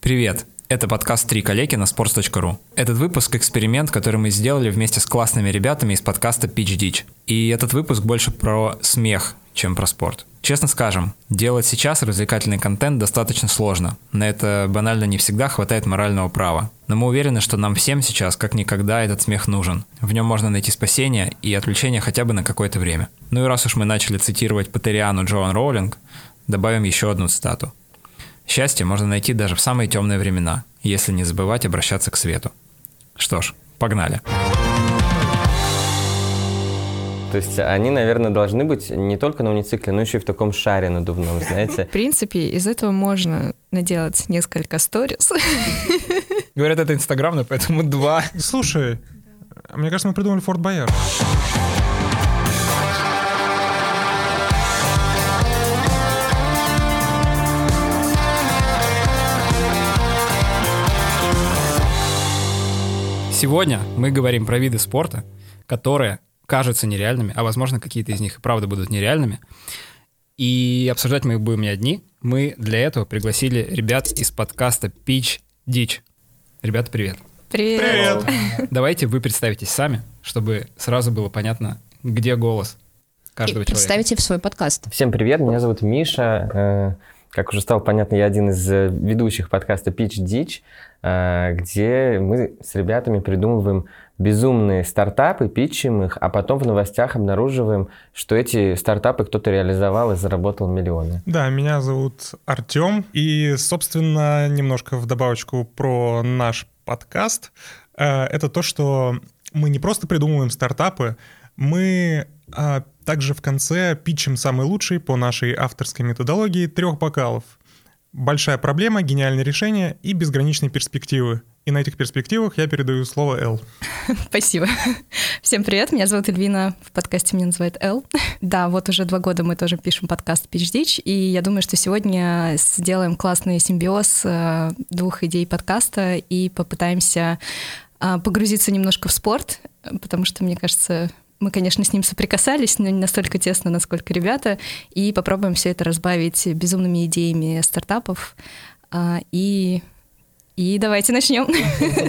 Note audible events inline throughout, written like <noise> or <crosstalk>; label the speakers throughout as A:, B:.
A: Привет! Это подкаст «Три коллеги» на sports.ru. Этот выпуск – эксперимент, который мы сделали вместе с классными ребятами из подкаста «Pitch Ditch». И этот выпуск больше про смех, чем про спорт. Честно скажем, делать сейчас развлекательный контент достаточно сложно. На это банально не всегда хватает морального права. Но мы уверены, что нам всем сейчас как никогда этот смех нужен. В нем можно найти спасение и отвлечение хотя бы на какое-то время. Ну и раз уж мы начали цитировать Патериану Джоан Роулинг, добавим еще одну цитату. Счастье можно найти даже в самые темные времена, если не забывать обращаться к свету. Что ж, погнали.
B: То есть они, наверное, должны быть не только на уницикле, но еще и в таком шаре надувном, знаете.
C: В принципе, из этого можно наделать несколько сториз.
A: Говорят, это инстаграмно, поэтому два.
D: Слушай, мне кажется, мы придумали Форт Бояр.
A: Сегодня мы говорим про виды спорта, которые кажутся нереальными, а возможно какие-то из них и правда будут нереальными. И обсуждать мы их будем не одни. Мы для этого пригласили ребят из подкаста Pitch Дичь. Ребята, привет.
C: <laughs> Привет.
A: Давайте вы представитесь сами, чтобы сразу было понятно, где голос каждого
E: И
A: человека.
E: представите в свой подкаст.
B: Всем привет, меня зовут Миша. Э, Как уже стало понятно, я один из э, ведущих подкаста Pitch Ditch, э, где мы с ребятами придумываем безумные стартапы, питчим их, а потом в новостях обнаруживаем, что эти стартапы кто-то реализовал и заработал миллионы.
D: Да, меня зовут Артем. И, собственно, немножко в добавочку про наш подкаст. Э, Это то, что мы не просто придумываем стартапы, мы а, также в конце питчем самый лучший по нашей авторской методологии трех бокалов. Большая проблема, гениальное решение и безграничные перспективы. И на этих перспективах я передаю слово Эл.
C: Спасибо. Всем привет, меня зовут Эльвина, в подкасте меня называют Эл. Да, вот уже два года мы тоже пишем подкаст Pitch Ditch, и я думаю, что сегодня сделаем классный симбиоз э, двух идей подкаста и попытаемся э, погрузиться немножко в спорт, э, потому что, мне кажется, мы, конечно, с ним соприкасались, но не настолько тесно, насколько ребята, и попробуем все это разбавить безумными идеями стартапов. А, и, и давайте начнем.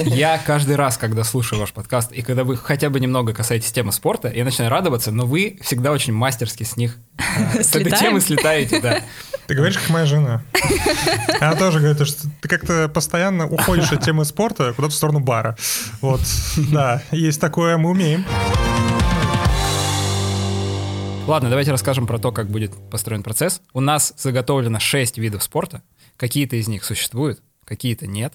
A: Я каждый раз, когда слушаю ваш подкаст, и когда вы хотя бы немного касаетесь темы спорта, я начинаю радоваться, но вы всегда очень мастерски с них, э, с этой
C: Слетаем?
A: темы слетаете, да.
D: Ты говоришь, как моя жена. Она тоже говорит, что ты как-то постоянно уходишь от темы спорта куда-то в сторону бара. Вот, да, есть такое, мы умеем.
A: Ладно, давайте расскажем про то, как будет построен процесс. У нас заготовлено 6 видов спорта. Какие-то из них существуют, какие-то нет.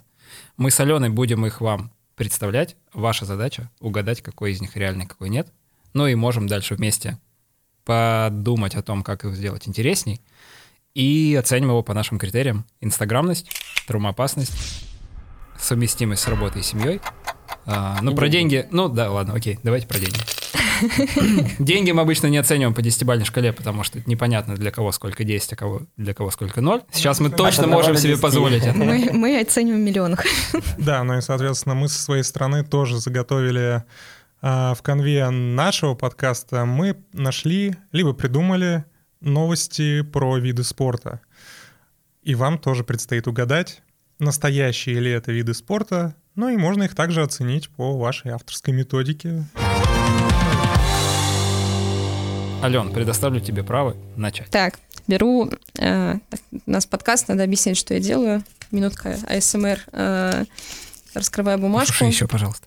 A: Мы с Аленой будем их вам представлять. Ваша задача — угадать, какой из них реальный, какой нет. Ну и можем дальше вместе подумать о том, как их сделать интересней. И оценим его по нашим критериям. Инстаграмность, травмоопасность, совместимость с работой и семьей. А, ну,
B: И
A: про
B: деньги.
A: деньги... Ну, да, ладно, окей, давайте про деньги. Деньги мы обычно не оцениваем по десятибальной шкале, потому что непонятно для кого сколько 10, а кого, для кого сколько 0. Сейчас мы точно
B: одного
A: можем
B: до
A: себе
B: 10.
A: позволить это.
C: Мы, мы оцениваем в миллионах.
D: Да, ну и, соответственно, мы со своей стороны тоже заготовили а, в конве нашего подкаста. Мы нашли, либо придумали новости про виды спорта. И вам тоже предстоит угадать, настоящие ли это виды спорта, ну и можно их также оценить по вашей авторской методике.
A: Ален, предоставлю тебе право начать.
E: Так, беру... э, у нас подкаст, надо объяснить, что я делаю. Минутка АСМР. э, раскрываю бумажку.
A: Пошли еще, пожалуйста.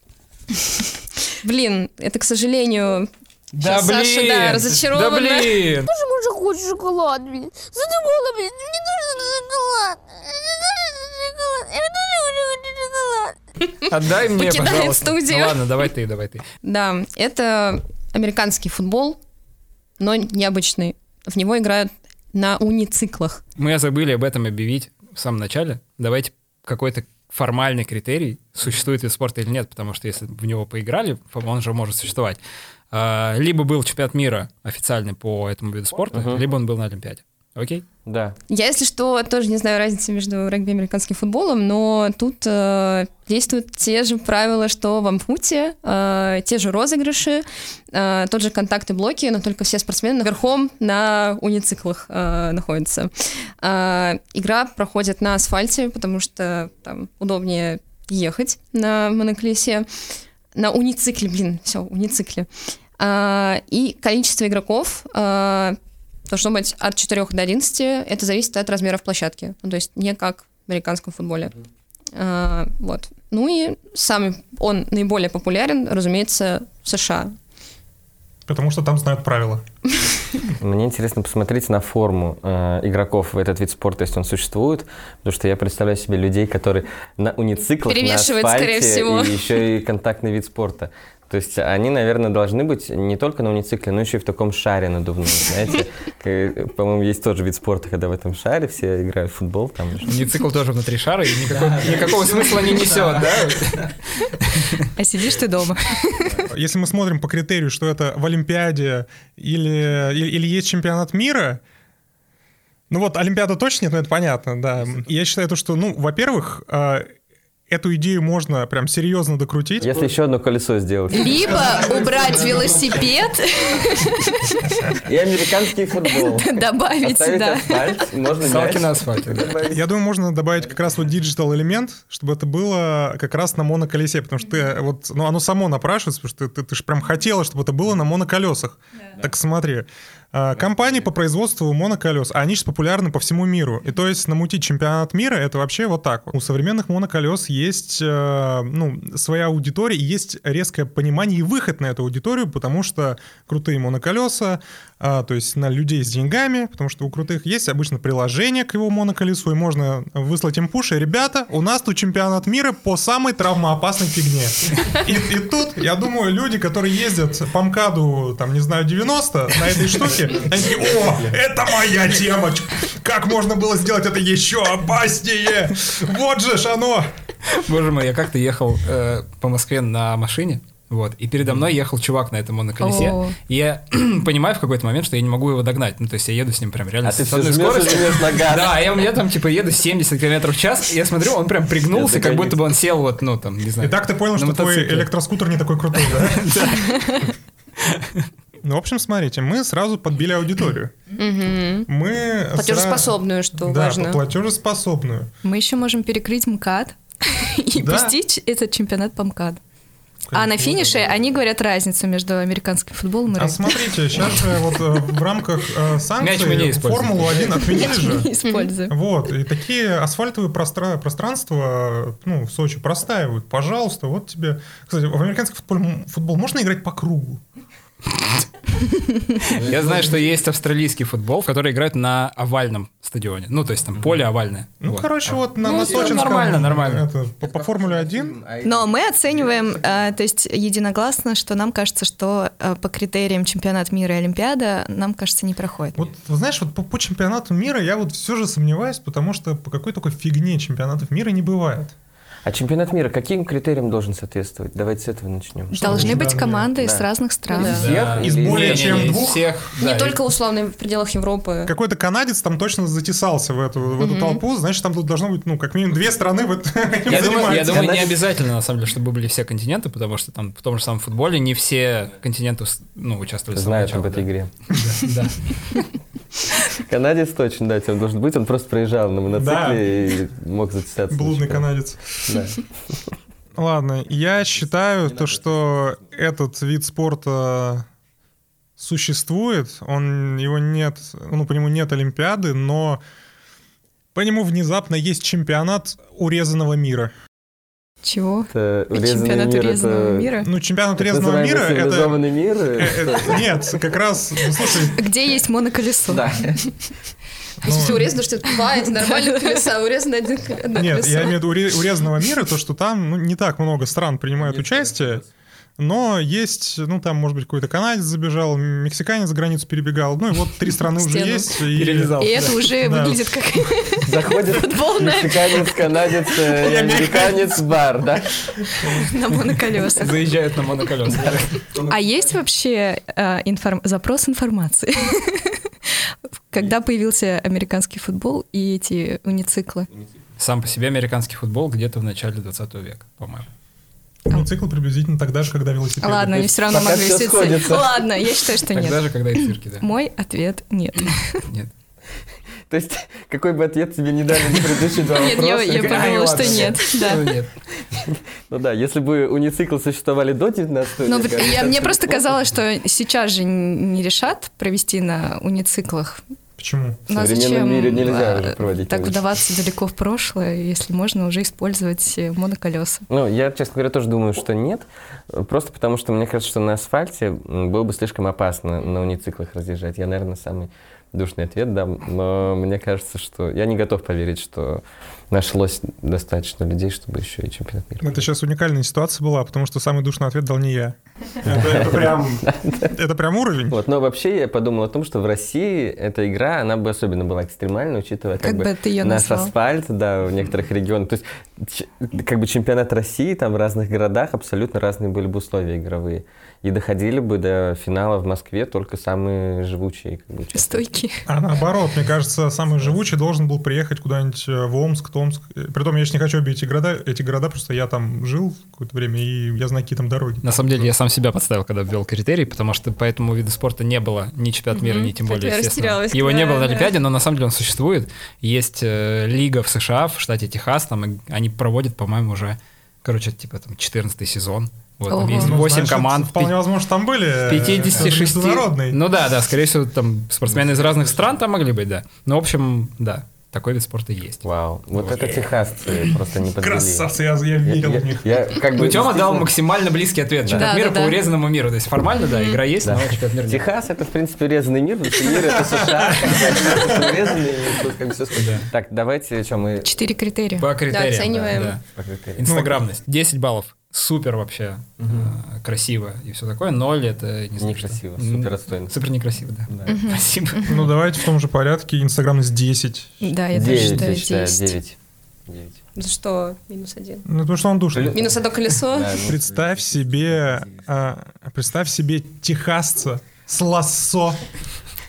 E: Блин, это, к сожалению...
A: Да
E: Сейчас Саша, да, разочарована.
A: Да блин!
F: Почему же хочешь шоколад, блин? Задумала, блин, мне нужен шоколад. Мне нужен шоколад. Я тоже хочу шоколад.
A: Отдай мне,
E: Покидает
A: пожалуйста.
E: студию.
A: Ну ладно, давай ты, давай ты.
E: Да, это американский футбол, но необычный. В него играют на унициклах.
A: Мы забыли об этом объявить в самом начале. Давайте какой-то формальный критерий, существует вид спорта или нет, потому что если в него поиграли, он же может существовать. А, Либо был чемпионат мира официальный по этому виду спорта,
B: Мгм.
A: либо он был на Олимпиаде.
G: Окей?
B: Да.
H: Я, если что, тоже не знаю разницы между регби и американским футболом, но тут э, действуют те же правила, что в амфуте, э, те же розыгрыши, э, тот же контакт и блоки, но только все спортсмены верхом на унициклах э, находятся. Э, игра проходит на асфальте, потому что там удобнее ехать на моноклесе. На уницикле, блин, все, уницикле. А, и количество игроков а, должно быть от 4 до 11. Это зависит от размеров площадки. Ну, то есть не как в американском футболе. А, вот. Ну и самый, он наиболее популярен, разумеется, в США.
D: Потому что там знают правила.
B: Мне интересно посмотреть на форму э, игроков в этот вид спорта, если он существует, потому что я представляю себе людей, которые на унициклах, на
H: Перевешивает, скорее
B: асфальте
H: всего.
B: и еще и контактный вид спорта. То есть они, наверное, должны быть не только на уницикле, но еще и в таком шаре надувном, знаете. К- По-моему, есть тоже вид спорта, когда в этом шаре все играют в футбол. Там.
G: Уницикл тоже внутри шара, и никакого, никакого смысла не несет, да?
C: А сидишь ты дома.
D: Если мы смотрим по критерию, что это в Олимпиаде или, или, или есть чемпионат мира, ну вот Олимпиада точно нет, но это понятно, да. Я считаю то, что, ну, во-первых, э, эту идею можно прям серьезно докрутить.
B: Если еще одно колесо сделать.
H: Либо убрать велосипед,
B: И американский футбол.
H: добавить,
B: Оставить
H: А да.
B: асфальт, можно
G: Салки
B: мяч.
G: на асфальте, да.
D: Я думаю, можно добавить как раз вот диджитал элемент, чтобы это было как раз на моноколесе, потому что ты вот, ну, оно само напрашивается, потому что ты, же прям хотела, чтобы это было на моноколесах. Так смотри, а, компании по производству моноколес, а они же популярны по всему миру. И то есть намутить чемпионат мира это вообще вот так. вот. У современных моноколес есть э, ну, своя аудитория, и есть резкое понимание и выход на эту аудиторию, потому что крутые моноколеса, а, то есть на людей с деньгами, потому что у крутых есть обычно приложение к его моноколесу, и можно выслать им пуши. Ребята, у нас тут чемпионат мира по самой травмоопасной фигне. И, и тут, я думаю, люди, которые ездят по МКАДу, там, не знаю, 90 на этой штуке, они такие, о, это моя тема! Как можно было сделать это еще опаснее? Вот же ж оно!
G: Боже мой, я как-то ехал э, по Москве на машине, вот, и передо мной ехал чувак на этом моноколесе,
C: О.
G: и я <clears throat> понимаю в какой-то момент, что я не могу его догнать, ну, то есть я еду с ним прям реально
B: А
G: с
B: ты все
G: одной
B: жмешь и
G: скоростью.
B: жмешь на газ.
G: Да, я, я там типа еду 70 км в час, и я смотрю, он прям пригнулся,
B: Я
G: как
B: догоню.
G: будто бы он сел вот, ну, там, не
D: И
G: знаю.
D: так ты понял,
G: на
D: что твой
G: мотоцикле.
D: электроскутер не такой крутой, да?
G: <laughs>
D: Ну, в общем, смотрите, мы сразу подбили аудиторию.
G: Э,
D: Мы... сра-
H: Платежеспособную, что
D: Да,
H: важно.
D: платежеспособную.
C: Мы еще можем перекрыть МКАД <laughs> и
D: Да.
C: пустить этот чемпионат по МКАД. А на
D: Конечно,
C: финише
D: да.
C: они говорят разницу между американским футболом и
D: А
C: регби.
D: смотрите, сейчас же вот э, в рамках э,
G: Мяч мы не
D: санкций
G: используем.
D: Формулу-1 отменили же.
C: Не <laughs> используем.
D: Вот, и такие асфальтовые простра- пространства, э, ну, в Сочи простаивают. Пожалуйста, вот тебе... Кстати, в американский футбол, футбол можно играть по кругу?
G: Я знаю, что есть австралийский футбол, в который играют на овальном стадионе. Ну, то есть там поле овальное.
D: Ну,
G: Вот.
D: короче, вот на,
G: Ну,
D: на
G: это
D: сочинском...
G: нормально, нормально.
D: это, по, по Формуле 1
C: Но мы оцениваем, э, то есть единогласно, что нам кажется, что э, по критериям чемпионат мира и Олимпиада нам кажется не проходит.
D: Вот, вот знаешь, вот по, по чемпионату мира я вот все же сомневаюсь, потому что по какой такой фигне чемпионатов мира не бывает.
B: А чемпионат мира каким критериям должен соответствовать? Давайте с этого начнем.
D: Что
C: Должны
D: лучше,
C: быть
D: да,
C: команды
B: да.
C: из разных стран.
H: Да.
G: Да.
B: Всех
D: Из
B: или-
D: более
B: Не-не-не,
D: чем
G: из
D: двух?
G: Всех, да,
H: Не
G: и-
H: только условно в пределах Европы.
D: Какой-то канадец там точно затесался в эту, в эту толпу, значит, там тут должно быть, ну, как минимум две страны в <laughs> этом
G: Я думаю, я
D: занимаются.
G: думаю, не
B: Канадец.
G: обязательно, на самом деле, чтобы были все континенты, потому что там в том же самом футболе не все континенты ус- ну, участвовали с самого
B: Знают об
G: начала,
B: этой игре.
G: да. Да.
B: Канадец точно, да, тем должен быть. Он просто проезжал на моноцикле
D: Да.
B: и мог затесаться. на
D: Блудный
B: чемпионат.
D: канадец.
B: Да.
D: Ладно, я считаю то, что этот вид спорта существует, он его нет, ну по нему нет Олимпиады, но по нему внезапно есть чемпионат урезанного мира.
C: Чего?
B: Это
C: И
B: урезанный
C: чемпионат
B: мир, это
C: урезанного
B: Э.
C: мира?
D: Ну чемпионат
B: так
D: урезанного
B: называемый
D: мира это
B: цивилизованный
D: <laughs>
B: мир.
D: э, э, нет, как раз, ну, слушай,
C: Где есть моноколесо?
B: Да.
H: То есть
D: ну,
H: А всё урезано, что это два, <laughs> это нормально колеса, урезано одно одно
D: Нет,
H: колесо.
D: я имею в виду уре- урезанного мира, то, что там ну, не так много стран принимают участие, но есть, ну, там, может быть, какой-то канадец забежал, мексиканец за границу перебегал, ну, и вот три страны уже
H: Стену.
D: есть. и-
G: Перелезал.
C: И это уже
D: Да.
C: выглядит как
B: Заходит
C: футбольная
B: мексиканец, канадец, э, американец, в бар, да?
C: на моноколесах.
G: Заезжают на моноколеса.
C: А есть вообще э, информ- запрос информации? <laughs> Когда появился американский футбол и эти унициклы?
A: Сам по себе американский футбол где-то в начале 20 века, по-моему.
D: Ну, цикл приблизительно тогда же, когда велосипед.
C: Ладно, они все равно
B: Пока
C: могли
B: всё
C: все
B: сходится.
C: Ладно, я считаю, что
A: Тогда
C: нет.
A: же, когда и цирки, да.
C: Мой ответ нет.
A: Нет.
B: То есть, какой бы ответ тебе не дали на предыдущие два
C: Нет, я-
B: вопроса?
C: я
B: как-
C: подумала, что нет.
A: <laughs> Ну,
C: Да.
A: нет.
B: Ну да, если бы унициклы существовали до 19
C: Но
B: века...
C: Ну, я,
B: это
C: мне
B: было
C: просто
B: бы
C: казалось, что сейчас же не решат провести на унициклах. Ну, а
D: Почему?
B: В современном мире нельзя уже проводить
C: так
B: улицы.
C: вдаваться далеко в прошлое, если можно уже использовать э, моноколеса?
B: Ну, я, честно говоря, тоже думаю, что нет. Э, Просто потому, что мне кажется, что на асфальте м, было бы слишком опасно на унициклах разъезжать. Я, наверное, самый душный ответ дам. Но мне кажется, что... Я не готов поверить, что нашлось достаточно людей, чтобы еще и чемпионат мира.
D: Это сейчас уникальная ситуация была, потому что самый душный ответ дал не я. Это, это прям, это прям уровень.
B: Вот, но вообще я подумал о том, что в России эта игра, она бы особенно была экстремальна, учитывая как,
C: Как бы ты её
B: наш
C: назвал?
B: асфальт, да, в некоторых регионах. То есть ч- как бы чемпионат России там в разных городах абсолютно разные были бы условия игровые. И доходили бы до финала в Москве только самые живучие. Как бы, участники.
C: Стойки.
D: А наоборот, мне кажется, самый живучий должен был приехать куда-нибудь э, в Омск, Томск. Э, Притом я же не хочу обидеть эти города, эти города, просто я там жил какое-то время, и я знаю, какие там дороги.
A: На самом деле я сам себя подставил, когда ввел критерий, потому что по этому виду спорта не было ни чемпионат мира,
H: Мгм.
A: ни тем
H: Как
A: более,
H: я
A: естественно.
H: растерялась,
A: Его не
H: да,
A: было на
H: да.
A: Олимпиаде, но на самом деле он существует. Есть э, лига в США, в штате Техас, там и они проводят, по-моему, уже, короче, типа там 14 сезон. Вот, там
C: Ого.
A: есть
D: Ну,
A: 8
D: значит,
A: команд, в
D: Вполне возможно, что там были. э,
A: 56...
D: международный.
A: Ну да, да, скорее всего, там спортсмены из разных стран там могли быть, да. Ну, в общем, да, такой вид спорта есть.
B: Вау, вот это техасцы просто не подвели.
D: Красавцы, я, я
B: Я,
D: верил
B: я-
D: в них.
B: я как бы
A: Ну, Тёма дал
B: действительно-
A: максимально близкий ответ. Чемпионат
C: Да,
A: мира
C: да,
A: по
C: да.
A: урезанному миру. То есть формально, да, игра есть, но чемпионат мира нет.
B: Техас это, в принципе, резанный мир, потому что
A: <laughs>
B: мир это США, это резанный, и тут как бы всё сходится. Так, давайте, что мы...
C: Четыре критерия.
A: По критериям.
H: оцениваем.
A: да.
B: по критериям.
A: Инстаграмность. 10 Ну, баллов. Супер вообще. э, Красиво и все такое. Ноль это не знаю. что.
B: Некрасиво,
A: М,
B: супер отстойно.
A: Супер некрасиво, да.
B: Да.
A: <laughs> Спасибо.
D: Ну, давайте в том же порядке. Инстаграм с 10.
C: Да, я тоже
B: Девять,
C: считаю
B: я считаю,
C: <laughs> 10.
B: девять. Девять.
H: ну, За что? Минус один.
D: Ну, потому что он душный.
H: Минус одно колесо.
B: Да, ну,
D: Представь себе, а, представь себе техасца с лассо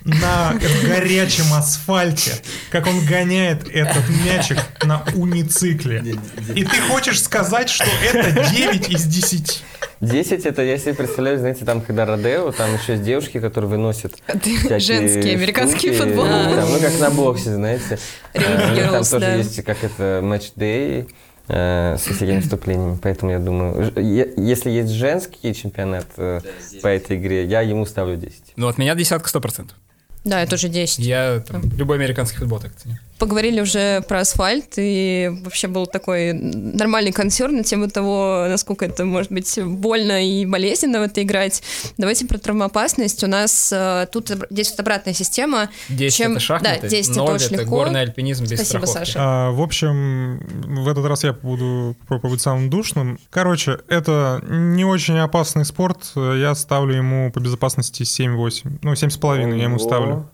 D: на горячем асфальте, как он гоняет этот мячик на уницикле. И ты хочешь сказать, что это 9 из 10.
B: Десять это, я себе представляю, знаете, там, когда Родео, там еще есть девушки, которые выносят всякие
C: Женский американский
B: штуки,
C: футбол.
B: там, ну, как на боксе, знаете.
H: Ring
B: Э, у них Там
H: girls,
B: тоже
H: да.
B: есть как это матч-дэй э, с всякими выступлениями, поэтому я думаю, ж- е- если есть женский чемпионат э, по этой игре, я ему ставлю 10.
A: Ну, от меня десятка сто процентов.
H: Да, это же 10.
A: Я там, любой американский футбол так ценю.
H: Поговорили уже про асфальт, и вообще был такой нормальный консерн на тему того, насколько это может быть больно и болезненно в это играть. Давайте про травмоопасность. У нас э, тут об- здесь вот обратная система.
A: 10
H: Чем-
A: это шахматы,
H: да, 10 это
A: ноль
H: очень легко.
A: горный альпинизм без
H: Спасибо,
A: страховки.
H: Саша.
D: А, в общем, в этот раз я буду попробовать самым душным. Короче, это не очень опасный спорт. Я ставлю ему по безопасности 7-8. Ну, 7,5 я ему ставлю.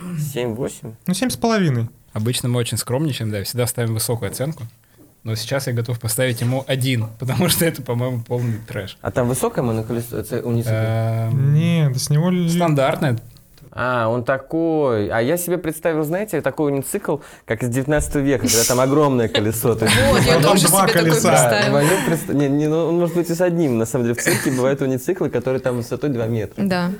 B: 7-8?
D: Ну, 7,5.
A: Обычно мы очень скромничаем, да, всегда ставим высокую оценку. Но сейчас я готов поставить ему один, <laughs> потому что это, по-моему, полный трэш.
B: А там высокое моноколесо? Это унициклы?
A: Эм,
D: Не, да с него... ли-
A: Стандартная.
B: А, он такой. А я себе представил, знаете, такой уницикл, как из 19 века, когда там огромное колесо. То есть-
H: Вот,
B: <laughs>
H: я
D: Потом
H: тоже себе
D: два
H: такой
D: колеса.
B: Да,
H: представила.
B: Валю представ- не, не, ну, он может быть и с одним. На самом деле в цирке бывают унициклы, которые там высотой 2 метра.
C: Да.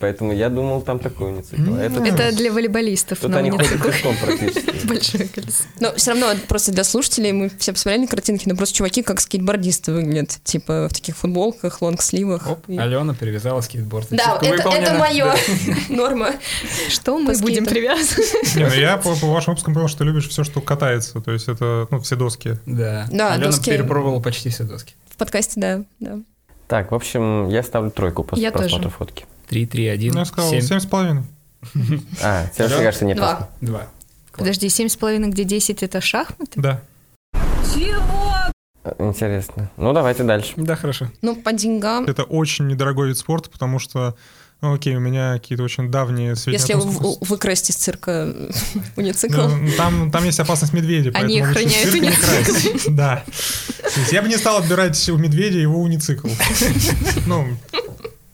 B: Поэтому я думал, там такой уницикл. А это-
C: Это для волейболистов
B: Тут
C: на
B: они ходят
C: унициклах.
B: пешком практически.
C: Большое колесо.
H: Но все равно просто для слушателей мы все посмотрели картинки, но просто чуваки как скейтбордисты выглядят, типа в таких футболках, лонгсливах.
A: Оп,
H: И-
A: Алена перевязала скейтборд.
H: Да,
A: Чутко
H: это, это
A: выполнено.
H: мое <laughs> норма.
C: Что мы
H: По
C: будем
H: скейтам.
C: привязывать?
D: Не, ну я по, по вашим выпускам понял, что любишь все, что катается. То есть это ну, все доски.
A: Да.
H: Да,
A: Алена
H: доски.
A: перепробовала почти все доски.
H: В подкасте, да, да.
B: Так, в общем, я ставлю тройку после
C: Я тоже.
B: просмотра фотки.
A: 3, 3, 1,
D: Ну, я сказал, семь с половиной.
B: А, тебе
A: Да?
B: кажется, не
H: Два.
B: опасно.
A: 2.
C: Подожди, семь с половиной, где 10 это шахматы?
D: Да.
B: Э, Интересно. Ну, давайте дальше.
A: Да, хорошо.
H: Ну, по деньгам.
D: Это очень недорогой вид спорта, потому что, ну, окей, у меня какие-то очень давние сведения.
H: Если
D: о том,
H: в-
D: сколько-
H: выкрасть из цирка <laughs> уницикл.
D: Да, ну, там, там есть опасность медведя,
C: Они
D: поэтому лучше
C: охраняют
D: цирк не красть. Да. То есть я бы не стал отбирать у медведя его уницикл. Ну,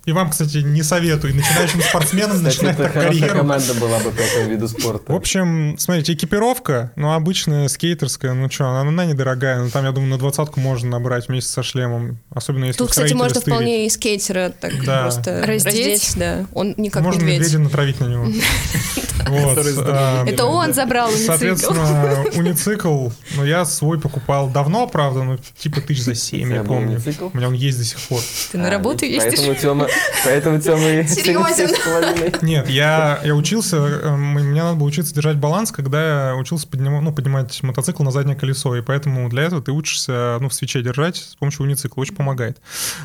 D: И вам, кстати, не советую начинающим спортсменам
B: Кстати,
D: начинать
B: это
D: так
B: хорошая
D: карьеру.
B: команда была бы по этому виду спорта.
D: В общем, смотрите, экипировка, ну, обычная скейтерская, ну, что, она, она недорогая, ну, там, я думаю, на двадцатку можно набрать вместе со шлемом, особенно если
H: Тут,
D: в
H: кстати,
D: строителя
H: можно
D: стырить.
H: вполне и скейтера так
D: Да.
H: просто
I: Раздеть.
H: раздеть. да. Он не как
D: Можно
H: медведь.
D: медведя натравить на
H: <laughs>
D: него. Вот,
B: Который
D: а,
I: Это он забрал уницикл.
D: Соответственно, уницикл, ну, я свой покупал давно, правда, ну, типа тысяч за семь, я
B: тебя был
D: помню.
B: уницикл?
D: У меня он есть до сих пор.
I: Ты на работу
B: А, видишь,
I: ездишь?
B: Поэтому Тёма, поэтому Тёма и
H: Серьёзен.
B: 76,5.
D: Нет, я, я учился, э, м- мне надо было учиться держать баланс, когда я учился поднимать, ну, поднимать мотоцикл на заднее колесо, и поэтому для этого ты учишься ну, в свече держать с помощью уницикла, очень помогает.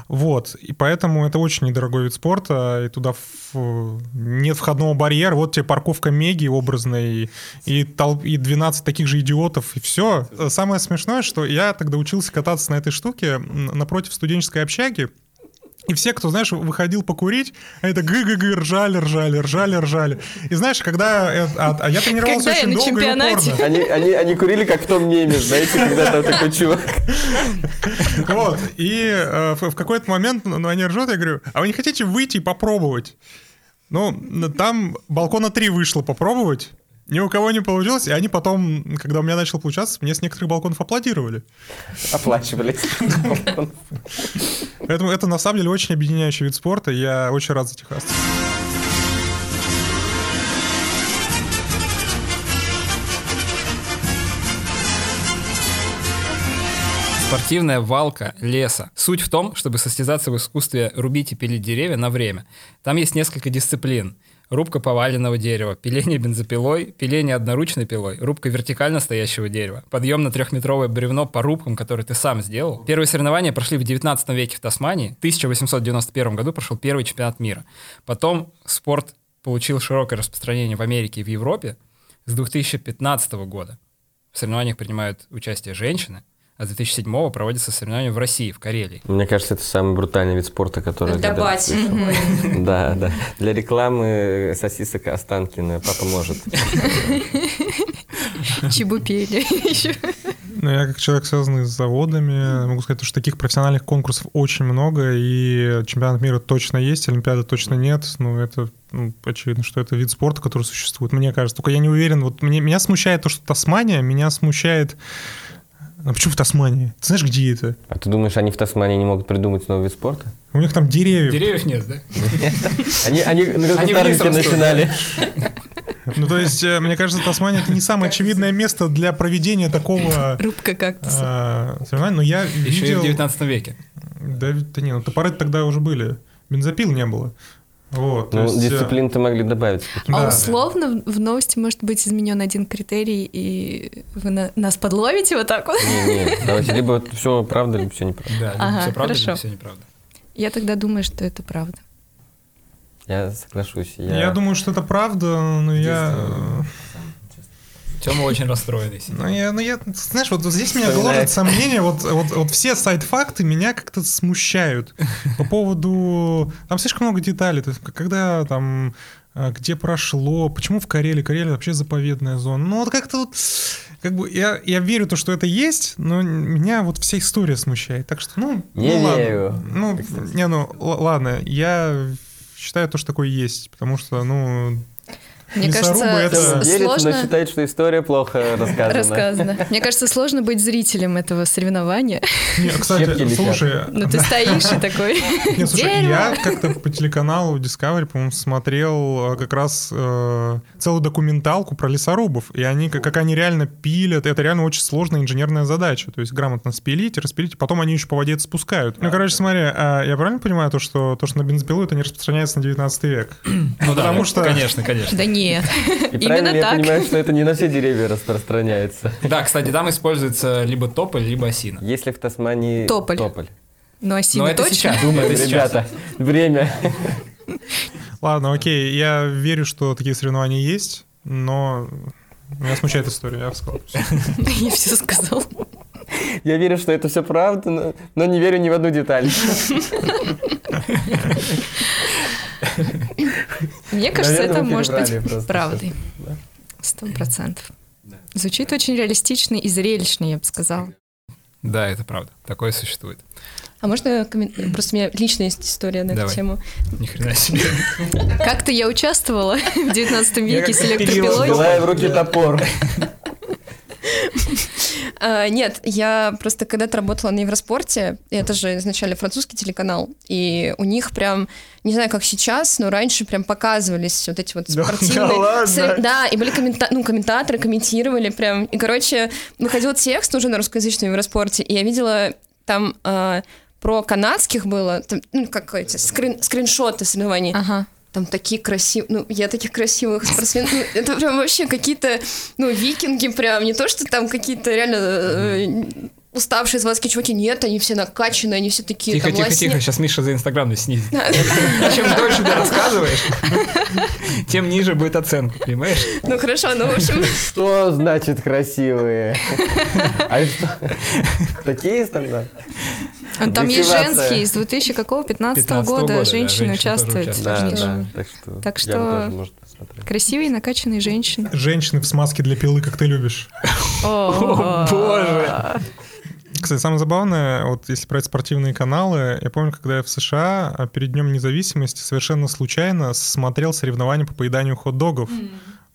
D: Вот, и поэтому это очень недорогой вид спорта, и туда ф- нет входного барьера, вот тебе парковка Меги образной, и, толп, и 12 таких же идиотов, и все. Самое смешное, что я тогда учился кататься на этой штуке м, напротив студенческой общаги, и все, кто, знаешь, выходил покурить, это гы-гы-гы, ржали, ржали, ржали, ржали. И знаешь, когда... э, А, а я тренировался
I: Когда я
D: очень
I: на
D: долго и
I: чемпионате.
D: упорно.
B: Они, они, они курили, как в том меме, знаете, когда там такой чувак.
D: Вот. И э, в, в какой-то момент ну, они ржут, я говорю, а вы не хотите выйти и попробовать? Ну, н- там балкона 3 вышло попробовать, ни у кого не получилось, и они потом, когда у меня начало получаться, мне с некоторых балконов аплодировали.
B: Оплачивались.
D: Поэтому это на самом деле очень объединяющий вид спорта, и я очень рад за Техас.
A: Спортивная валка леса. Суть в том, чтобы состязаться в искусстве рубить и пилить деревья на время. Там есть несколько дисциплин. Рубка поваленного дерева, пиление бензопилой, пиление одноручной пилой, рубка вертикально стоящего дерева, подъем на трехметровое бревно по рубкам, которые ты сам сделал. Первые соревнования прошли в 19 веке в Тасмании. В 1891 году прошел первый чемпионат мира. Потом спорт получил широкое распространение в Америке и в Европе с 2015 года. В соревнованиях принимают участие женщины, а с 2007 проводятся соревнования в России, в Карелии.
B: Мне кажется, это самый брутальный вид спорта, который... я когда-то
H: Добавь.
B: слышал. Да, да. Для рекламы сосисок Останкина папа может.
I: Чебупели. Ещё.
D: Ну, я как человек, связанный с заводами, могу сказать, что таких профессиональных конкурсов очень много, и чемпионат мира точно есть, Олимпиады точно нет. Ну, это ну, очевидно, что это вид спорта, который существует, мне кажется. Только я не уверен, вот мне, меня смущает то, что Тасмания, меня смущает... А почему в Тасмании? Ты знаешь, где это?
B: А ты думаешь, они в Тасмании не могут придумать новый вид спорта?
D: У них там деревья.
A: Деревьев нет, да?
B: Они, они на
A: Они вниз
B: Татарнике
A: растут,
B: начинали.
D: Ну, то есть, э, мне кажется, Тасмания — это не самое очевидное место для
C: <laughs>
D: проведения такого...
I: Рубка кактуса.
D: э, соревнования. но я
A: Еще и в
D: видел-
A: 19 веке.
D: Да, да не, ну топоры тогда уже были. Бензопил не было. Вот. то
B: Ну,
D: есть, э,
B: дисциплины-то могли добавить.
D: да.
C: А условно в в новости может быть изменен один критерий, и вы на- нас подловите вот так вот.
B: Не-не, давайте либо все правда, либо все неправда.
A: Да,
I: Ага,
A: все правда,
I: хорошо.
A: все неправда.
C: <laughs> Я тогда думаю, что это правда.
B: Я соглашусь.
D: Я... думаю, что это правда, но я...
A: Тема очень расстроенный сидит.
D: Ну, я, ну, я... Знаешь, вот здесь меня
B: Вспоминает.
D: гложет сомнение, вот, вот, вот все сайт-факты меня как-то смущают.
B: <laughs>
D: По поводу... Там слишком много деталей, то есть к- когда там... э, Где прошло, почему в Карелии? Карелия вообще заповедная зона. Ну, вот как-то вот... Как бы я, я верю то, что это есть, но меня вот вся история смущает. Так что, ну,
B: Не
D: ну, ладно.
B: верю.
D: Ну, не, ну, л- ладно, я считаю то, что такое есть, потому что, ну,
I: Мне
D: Мясорубы
I: кажется,
D: это-
I: с-
B: верит, но
I: сложно...
B: считает, что история плохо рассказана.
I: Рассказано. Мне кажется, сложно быть зрителем этого соревнования.
B: <laughs>
D: не,
B: Щепки
D: кстати,
B: летят.
D: слушай,
I: Ну, ты стоишь и такой...
D: не, слушай,
I: Дерево.
D: я как-то по телеканалу Discovery, по-моему, смотрел э, как раз э, целую документалку про лесорубов, и они, как как они реально пилят, это реально очень сложная инженерная задача, то есть грамотно спилить, распилить, и потом они еще по воде это спускают. Ну, короче, смотри, а я правильно понимаю то, что то, что на бензопилу, это не распространяется на 19 век?
A: <clears throat> Ну да,
D: Потому что-
A: Конечно, конечно.
C: Да нет.
B: <laughs>
C: <laughs>
B: И
C: Именно
B: правильно ли я
C: так.
B: понимаю, что это не на все деревья распространяется.
A: Да, кстати, там используется либо тополь, либо осина.
B: Если в Тасмании
C: Тополь. Но
A: Но
C: осина
A: это
C: Ну, а точно.
A: сейчас.
B: Думаем,
A: это сейчас.
B: ребята, время.
D: Ладно, окей, я верю, что такие соревнования есть, но меня смущает история, я
A: <laughs>
D: бы сказал.
C: <laughs> Я все сказал.
B: Я верю, что это все правда, но, но не верю ни в одну деталь.
C: Мне кажется,
B: Наверное, вы
C: это может
B: перебрали
C: быть
B: просто
C: правдой.
B: Да.
C: Сто процентов. Звучит очень реалистично и зрелищно, я бы сказала.
A: Да, это правда. Такое существует.
H: А можно коммен- просто у меня личная есть история на
A: Давай.
H: эту тему?
A: Ни хрена себе.
J: Как-то я
C: <laughs>
J: участвовала в 19 веке с
D: как-то период
J: электропилой.
D: была.
B: Была в руки топор.
H: А, нет, я просто когда-то работала на Евроспорте, и это же изначально французский телеканал, и у них прям, не знаю, как сейчас, но раньше прям показывались вот эти вот
D: Да-
H: спортивные...
D: да ладно?
H: сорев- Да, и были коммента- ну, комментаторы, комментировали прям. И, короче, выходил текст уже на русскоязычном Евроспорте, и я видела там... а, про канадских было, там, ну, как эти, скрин- скриншоты соревнований.
C: Ага.
H: Там такие красивые, ну, я таких красивых спортсменов, <laughs> ну, это прям вообще какие-то, ну, викинги прям, не то, что там какие-то реально э, уставшие заводские чуваки, нет, они все накачанные, они все такие
A: Тихо,
H: там
A: тихо,
H: лосне-
A: тихо. Сейчас Миша за Инстаграм нас снизит. Чем дольше ты рассказываешь, тем ниже будет оценка, понимаешь?
H: Ну, хорошо, ну, в
A: <laughs>
H: общем,
B: Что значит красивые? А что? Такие стандарты?
C: А Там есть
B: Мотивация.
C: женские из 2000 какого 15
A: 15-го
C: года,
A: года, да,
C: женщины
A: женщины
C: участвуют.
A: тоже
B: Да,
C: Так что
B: да. Так что...
C: Так
B: Я бы
C: что-
B: тоже, может, посмотрел.
C: Красивые накачанные женщины.
D: Женщины в смазке для пилы, как ты любишь.
A: О, боже!
D: Кстати, самое забавное, вот если брать спортивные каналы, я помню, когда я в США а, перед Днем независимости совершенно случайно смотрел соревнования по поеданию хот-догов.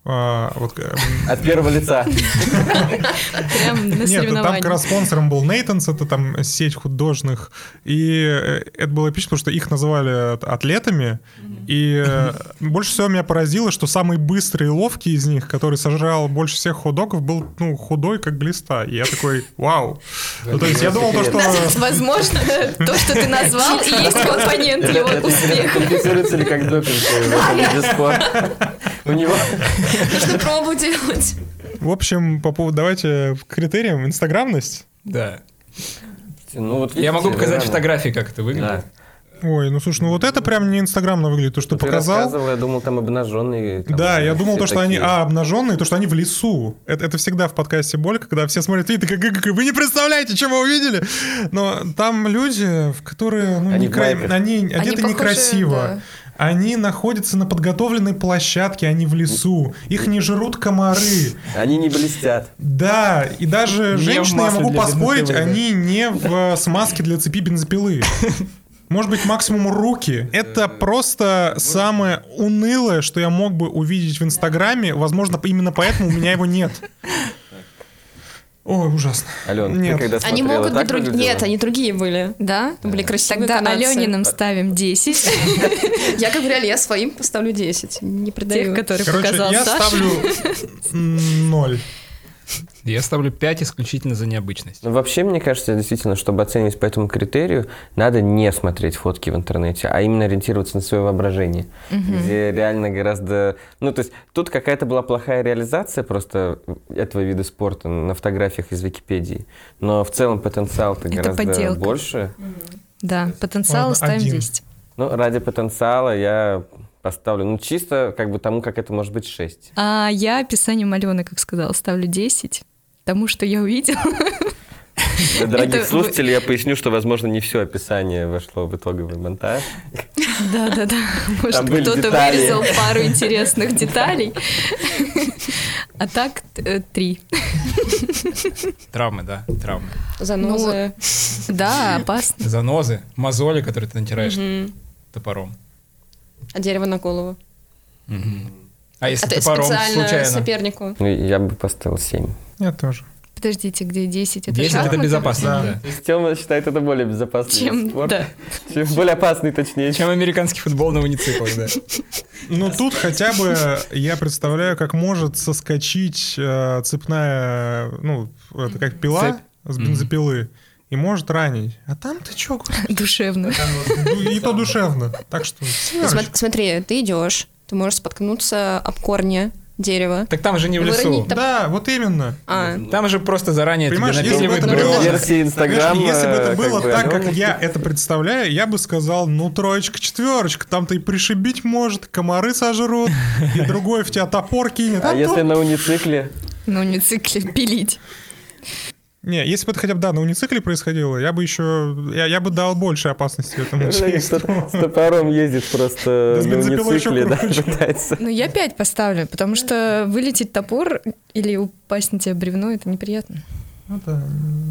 D: А, вот, э,
B: От первого
C: <laughs>
B: лица.
C: Прям <laughs> на
D: нет, ну там
C: соревнованиях.
D: как раз спонсором был Нейтанс, это там сеть художных. И э, это было эпично, потому что их называли от- атлетами. И э,
C: <laughs>
D: больше всего меня поразило, что самый быстрый и ловкий из них, который сожрал больше всех хот-догов, был ну, худой, как глиста. И я такой, вау. Ну, то есть я думал, то, что...
C: Возможно, то, что ты назвал, и есть компонент его
B: Это
C: успеха.
B: Квалифицируется ли как допинг э, в
C: <laughs>
B: этом виде спорта? У него...
H: нужно пробу делать.
D: В общем, по поводу... Давайте к критериям. Инстаграмность.
A: Да.
B: Ну, вот
A: Я могу
B: видите,
A: показать
B: да,
A: фотографии, как это выглядит.
B: Да.
D: Ой, ну слушай, ну вот это прям не инстаграмно выглядит, то, что
B: Ты
D: показал.
B: рассказывал, я думал, там обнаженные. там,
D: Да, я
B: все
D: думал, то, что они,
B: такие.
D: а, обнаженные, то, что они в лесу. Это, это всегда в подкасте боль, когда все смотрят и такие, «Г-г-г, вы не представляете, что вы увидели. Но там люди, в которые, ну,
B: Они
D: не
B: в
D: кра-
B: майках.
D: они одеты
C: похожи,
D: некрасиво. Они находятся на подготовленной площадке, они в лесу. Их не жрут комары.
B: Они не блестят.
D: Да, и даже
A: Не в
D: женщины, я
A: масле
D: могу
A: для
D: поспорить,
A: бензопилы, да.
D: они не в э, смазке для цепи бензопилы. Может быть, максимум руки. Это просто самое унылое, что я мог бы увидеть в Инстаграме. Возможно, именно поэтому у меня его нет. Ой, ужасно.
B: Ален,
D: Нет.
B: ты когда
H: Они
B: смотрела,
H: могут быть
B: так
H: другие.
B: выглядела?
H: Нет, они другие были.
C: Да?
H: Были красивые
C: Тогда
H: канадцы.
C: Алёниным ставим
H: <laughs>
C: 10,
H: Я как бы реально, я своим поставлю 10, не придаю.
C: тех, которые
D: Короче,
C: показал
D: я
C: Саша.
D: ставлю м, ноль.
A: Я ставлю 5 исключительно за необычность.
B: Ну, вообще, мне кажется, действительно, чтобы оценивать по этому критерию, надо не смотреть фотки в интернете, а именно ориентироваться на свое воображение, где реально гораздо... Ну, то есть тут какая-то была плохая реализация А просто этого вида спорта на фотографиях из Википедии, но в целом потенциал-то
C: Это
B: гораздо
C: подделка.
B: больше.
C: Да, потенциал
D: Ладно,
C: ставим
D: один.
C: 10.
B: Ну, ради потенциала я поставлю, ну, чисто как бы тому, как это может быть 6.
C: <laughs> А я описанием Алены, как сказала, ставлю 10. Тому, что я увидела.
B: Для дорогих
C: Это вы-
B: слушателей я поясню, что, возможно, не все описание вошло в итоговый монтаж.
C: Да-да-да. Может,
B: Там были
C: кто-то
B: детали.
C: вырезал пару интересных деталей. А так э, три.
A: Травмы, да, травмы.
H: Занозы.
C: Да, опасно.
A: Занозы, мозоли, которые ты натираешь топором.
H: а дерево на голову.
A: А если
H: а ты
A: топором
H: специально
A: случайно?
H: сопернику.
B: Ну, я бы поставил 7.
D: Я тоже.
C: Подождите, где 10? Это
A: 10 это
C: шахматы?
A: безопасно, да.
B: Тема считает это более безопасным.
C: Чем-
B: спорт.
C: да.
B: Чем более опасный, точнее.
A: Чем американский футбол на унициклах, да.
D: Ну тут хотя бы я представляю, как может соскочить э, цепная, ну, это как пила
A: Цепь.
D: с бензопилы и может ранить. А там ты чё? господи,
C: Душевно.
D: И то душевно. Так что...
H: Ну, смо- Смотри, ты идешь, ты можешь споткнуться об корни дерева.
A: Так там же не в лесу.
H: Выронить там-
D: Да, вот именно.
H: А,
A: Там же просто заранее тебе
D: Понимаешь, если бы
A: напиливают
D: это
A: бревна.
D: было-
B: Версии Инстаграма...
D: Знаешь, если бы это
B: как
D: было
B: бы, ну,
D: так, как
B: Алёна.
D: я это представляю, я бы сказал, ну, троечка, четверочка, там-то и пришибить может, комары сожрут, и другой в тебя топор кинет.
B: А
D: то-
B: если на уницикле?
C: Ну, не цикле пилить.
D: Не, если бы это хотя бы, да, на уницикле происходило, я бы еще... Я, я бы дал больше опасности этому.
B: С топором ездит просто
D: Да с
B: на
D: бензопилой ещё
B: уницикле, да,
D: круче.
B: пытается.
C: Ну, я пять поставлю, потому что вылететь топор или упасть на тебя бревно, это неприятно.
D: Ну, Это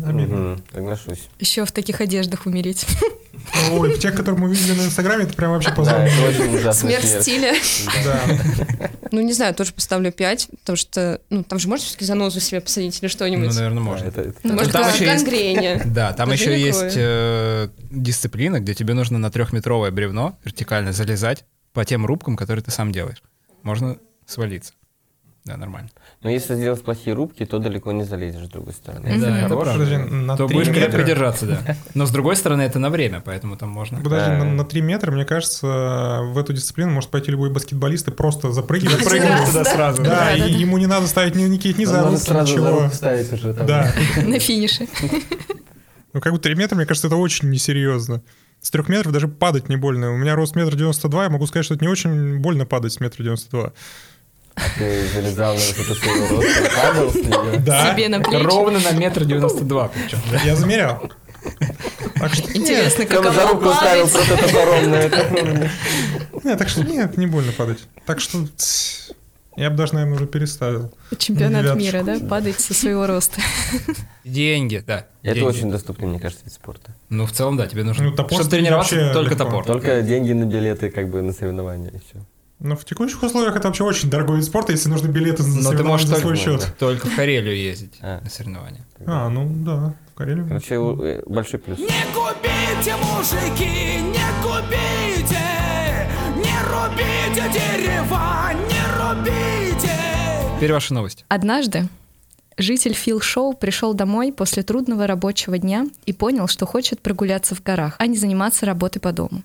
D: обидно.
B: Мгм, Соглашусь.
K: Еще в таких одеждах умереть. <laughs>
D: Ой, в тех, которые мы видели на Инстаграме, это прям вообще
B: Да,
D: позор.
B: это очень ужасный
H: Смерть
B: смерть.
H: стиля.
D: Да.
B: <laughs>
H: Ну, не знаю, тоже поставлю 5, потому что, ну, там же можно все-таки занозу себе посадить или
A: Ну,
H: что-нибудь.
A: наверное,
B: Да,
A: можно.
B: это- это-
H: Ну,
A: Ну,
H: Может,
A: там
H: га-
A: еще есть-
H: гангрения.
A: Да, там
H: Это
A: еще
H: великое.
A: есть э, дисциплина, где тебе нужно на трехметровое бревно вертикально залезать по тем рубкам, которые ты сам делаешь. Можно свалиться. Да, нормально.
B: Но Ну, если сделать плохие рубки, то далеко не залезешь с другой
G: Ну,
B: стороны.
A: Да, это
B: хорошее.
A: правда.
D: Подожди, на
G: То
D: три
G: будешь
D: метра.
G: крепко держаться, да. Но с другой стороны, это на время, поэтому там можно.
D: Подожди,
B: Да.
D: на, на 3 метра, мне кажется, в эту дисциплину может пойти любой баскетболист и просто
G: <laughs>
D: запрыгивать.
K: Запрыгнуть
D: туда сразу. Да, и ему не надо ставить ни, никаких ни
B: Там
D: за
B: можно
D: руки,
B: сразу за
D: ничего.
B: руку ставить уже. там.
D: Да.
K: На финише.
D: Ну, как бы 3 метра, мне кажется, это очень несерьезно. С трех метров даже падать не больно. У меня рост метр девяносто два, я могу сказать, что это не очень больно падать с метра девяносто два.
B: Ты залезал на высоту своего роста, падал с нее.
D: Да,
K: Себе на плечи.
G: Ровно на метр девяносто два причем.
D: я замерял. Так что,
K: Интересно,
B: Прямо
K: каково
B: за руку ставил
K: лопать.
B: просто топором на это.
D: нет, так что нет, не больно падать. Так что тс, я бы даже, наверное, уже переставил.
K: Чемпионат
D: девяточку.
K: мира, да? Падать со своего роста.
G: Деньги, да.
B: Это
G: деньги.
B: очень доступный, мне кажется, вид спорта.
G: Ну, в целом, да, тебе нужно.
D: Ну, топор
G: Чтобы тренироваться,
D: вообще
G: только
D: легко.
G: топор.
B: Только деньги на билеты, как бы на соревнования еще.
D: Но в текущих условиях это вообще очень дорогой вид спорта, если нужны билеты
A: Ну,
D: за
G: Но ты
D: соревнования
G: можешь
D: за свой
G: только,
D: счет.
G: только в Карелию ездить
B: А.
G: на соревнования.
D: А, ну да, в Карелию.
B: Короче, у-
C: <laughs>
B: э, большой плюс.
L: Губите, мужики, не губите, не рубите дерева, не рубите.
G: Теперь ваши новости.
C: Однажды житель Фил Шоу пришел домой после трудного рабочего дня и понял, что хочет прогуляться в горах, а не заниматься работой по дому.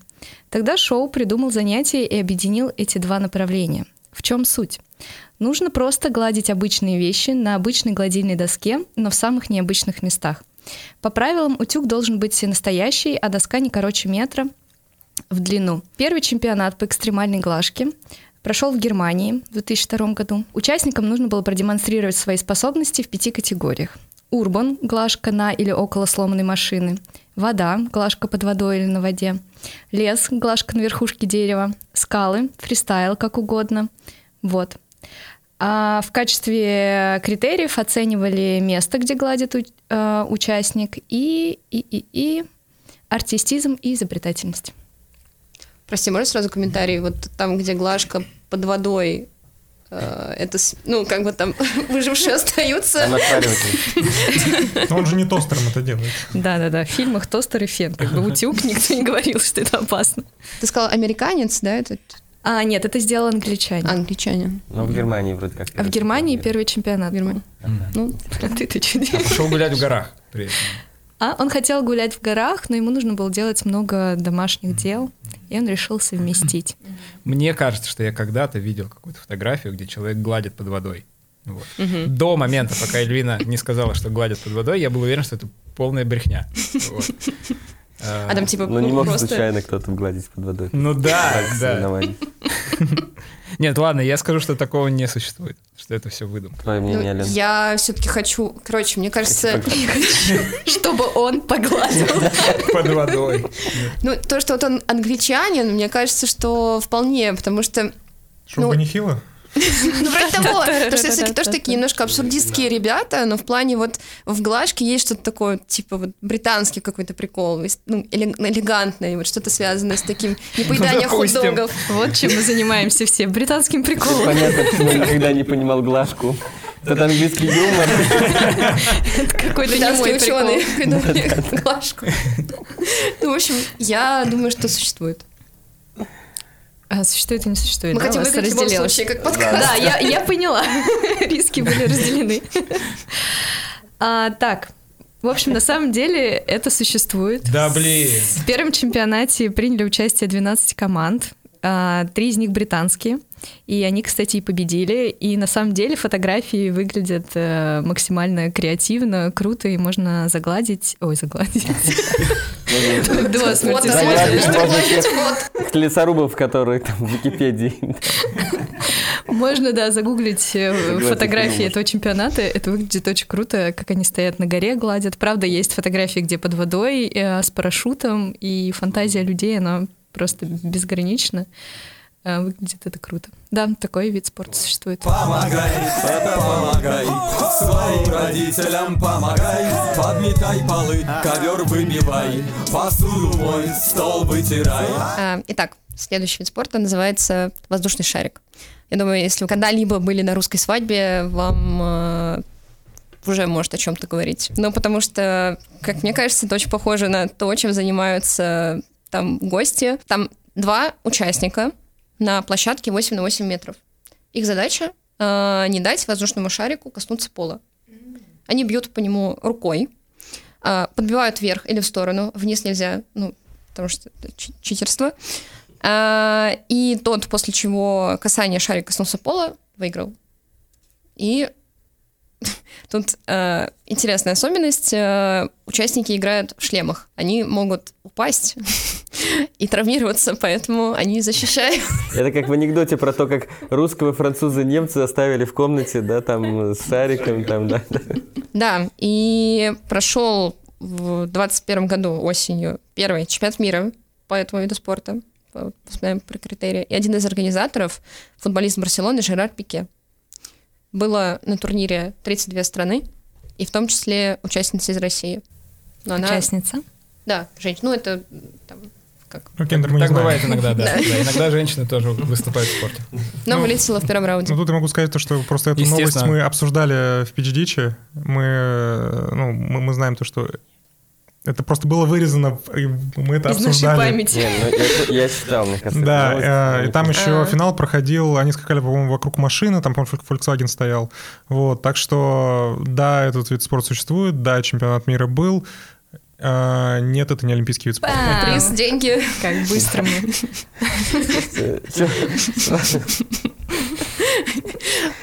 C: Тогда Шоу придумал занятие и объединил эти два направления. В чем суть? Нужно просто гладить обычные вещи на обычной гладильной доске, но в самых необычных местах. По правилам утюг должен быть настоящий, а доска не короче метра в длину. Первый чемпионат по экстремальной глажке прошел в Германии в 2002 году. Участникам нужно было продемонстрировать свои способности в пяти категориях. Урбан – глажка на или около сломанной машины. Вода – глажка под водой или на воде. Лес – глажка на верхушке дерева. Скалы – фристайл, как угодно. Вот. А в качестве критериев оценивали место, где гладит у- э, участник, и, и, и, и артистизм и изобретательность.
H: Прости, можно сразу комментарий? Вот там, где глажка под водой, э, это, с- ну, как бы там <laughs> выжившие остаются.
B: Она отвариватель.
D: Но он же не тостером это делает.
C: Да-да-да, в фильмах тостер и фен. Как бы
H: <laughs>
C: утюг, никто не говорил, что это опасно.
H: Ты сказал, американец, да, этот
C: А, нет, это сделал англичанин.
H: англичанин
B: Но в Германии вроде как.
C: А в Германии первый чемпионат.
H: в Германии? Ну,
C: Ты-то чё делаешь?
G: А Пошел гулять в горах. при этом.
C: А он хотел гулять в горах, но ему нужно было делать много домашних дел, и он решил
H: <laughs>
C: совместить.
G: Мне кажется, что я когда-то видел какую-то фотографию, где человек гладит под водой. Вот. До момента, пока Эльвина не сказала, что гладит под водой, я был уверен, что это полная брехня. Вот.
H: а там типа
B: Ну не мог
H: просто...
B: случайно кто-то гладить под водой.
G: Ну да,
B: Как
G: да.
B: соревнование.
G: Нет, ладно, я скажу, что такого не существует, что это все выдумка.
B: Твое
H: Ну, <laughs>
B: мнение, Лен.
H: Я все-таки хочу, короче, мне кажется, <laughs>
C: Чтобы он погладил.
G: <laughs> Под водой.
H: ну то, что вот он англичанин, мне кажется, что вполне, потому что
D: Чтобы
H: Ну,
D: не хило.
H: Ну, вроде того. Потому что все-таки тоже такие немножко абсурдистские ребята, но в плане вот в глажке есть что-то такое, типа вот британский какой-то прикол, и с- ну, эле- элегантное, вот что-то связанное с таким непоеданием
G: допустим.
H: хот-догов.
C: Вот чем мы занимаемся все, британским приколом.
B: Понятно, почему я никогда не понимал глажку. Этот английский юмор.
C: Какой-то не
H: Британские
C: мой прикол.
H: ученые <laughs> придумали глажку. Ну, в общем, я думаю, что существует.
K: А существует и не существует.
H: Мы
K: да,
H: хотим
K: вас
H: выиграть Ну, в любом
K: разделилось?
H: случае, как подкаст.
C: Да, А, я, я поняла. <laughs> Риски были
H: <laughs>
C: разделены. А, так, в общем, на самом деле это существует.
G: Да блин.
C: В первом чемпионате приняли участие 12 команд. а, Три из них британские. И они, кстати, и победили. И на самом деле фотографии выглядят э, максимально креативно, круто, и можно загладить... Ой, загладить. До
H: Вот,
C: смерти
H: а
B: Загладить
C: загладить.
H: можно
B: можно
H: гладить,
B: всех.
H: вот.
K: <laughs>
B: Лесорубов, которые там в Википедии.
C: Можно, да, загуглить э,
B: Загладить
C: фотографии
B: придумаешь.
C: этого чемпионата. Это выглядит очень круто, как они стоят на горе, гладят. Правда, есть фотографии, где под водой, э, с парашютом, и фантазия людей, она просто безгранична.
M: Э, Выглядит это круто. Да, такой вид спорта существует.
L: Помогай, это помогай Своим родителям помогай Подметай полы, ковер выбивай Посуду мой, стол вытирай
H: А, Итак, следующий вид спорта называется воздушный шарик. Я думаю, если вы когда-либо были на русской свадьбе, вам э, уже может о чем-то говорить. Ну, потому что, как мне кажется, это очень похоже на то, чем занимаются там гости. Там два участника на площадке 8 на 8 метров. Их задача э, не дать воздушному шарику коснуться пола. Они бьют по нему рукой, э, подбивают вверх или в сторону, вниз нельзя, ну, потому что это чи- читерство. А, и тот, после чего касание шарика коснулся пола, выиграл. И <laughs> тут а, интересная особенность. а, участники играют в шлемах. Они могут упасть <laughs> и травмироваться, поэтому они защищают.
K: Это как в анекдоте про то, как русского, француза, немца оставили в комнате, да, там, с шариком, там, да.
H: Да, и прошел в 21 году осенью первый чемпионат мира по этому виду спорта. Вот, Вспоминаем про критерии. И один из организаторов, футболист Барселоны Жерар Пике. Было на турнире 32 страны, и в том числе участница из России. Но она-
M: Участница.
H: Да, женщина. Ну, это там, как...
D: Ну, Кендер, мы не
A: Так
D: знаем.
A: бывает иногда,
H: <laughs>
A: да. Да, Иногда женщины тоже выступают в спорте.
H: Но
D: Ну,
H: вылетела в первом раунде.
D: Ну, тут я могу сказать то, что просто эту
A: Естественно.
D: новость мы обсуждали э, в PGDich. Мы, э, ну, мы, мы знаем то, что это просто было вырезано, в- и мы это
C: Из нашей
D: обсуждали.
C: памяти.
K: Не, ну, я- я читал, мне кажется. новость.
D: Да, э, и там еще
H: А.
D: финал проходил, они скакали, по-моему, вокруг машины, там, по-моему, Volkswagen стоял. Вот, так что, да, этот вид спорта существует, да, чемпионат мира был. Э, Нет, это не олимпийский вид спорта.
H: Приз, деньги.
C: Как быстро мы.
K: Э, чё?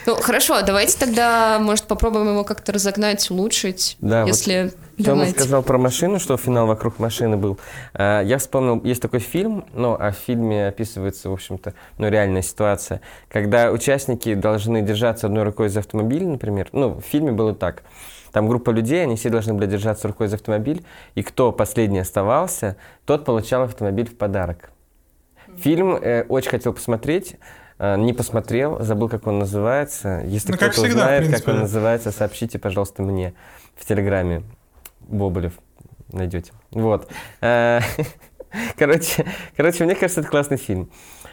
H: Ну, хорошо, давайте тогда, может, попробуем его как-то разогнать, улучшить,
K: Да, вот
H: если...
K: Тёма
H: давайте.
K: сказал про машину, что финал вокруг машины был. А, Я вспомнил, есть такой фильм, но а в фильме описывается, в общем-то, ну, реальная ситуация, когда участники должны держаться одной рукой за автомобиль, например. Ну, в фильме было так. Там группа людей, они все должны были держаться рукой за автомобиль, и кто последний оставался, тот получал автомобиль в подарок. Фильм э, очень хотел посмотреть, э, не посмотрел, забыл, как он называется. Если
D: Ну, как
K: кто-то
D: всегда, в
K: знает, как
D: принципе,
K: он
D: да.
K: называется, сообщите, пожалуйста, мне в Телеграме. Боболев найдете. Вот. Э, <laughs> Короче, короче, мне кажется, это классный фильм.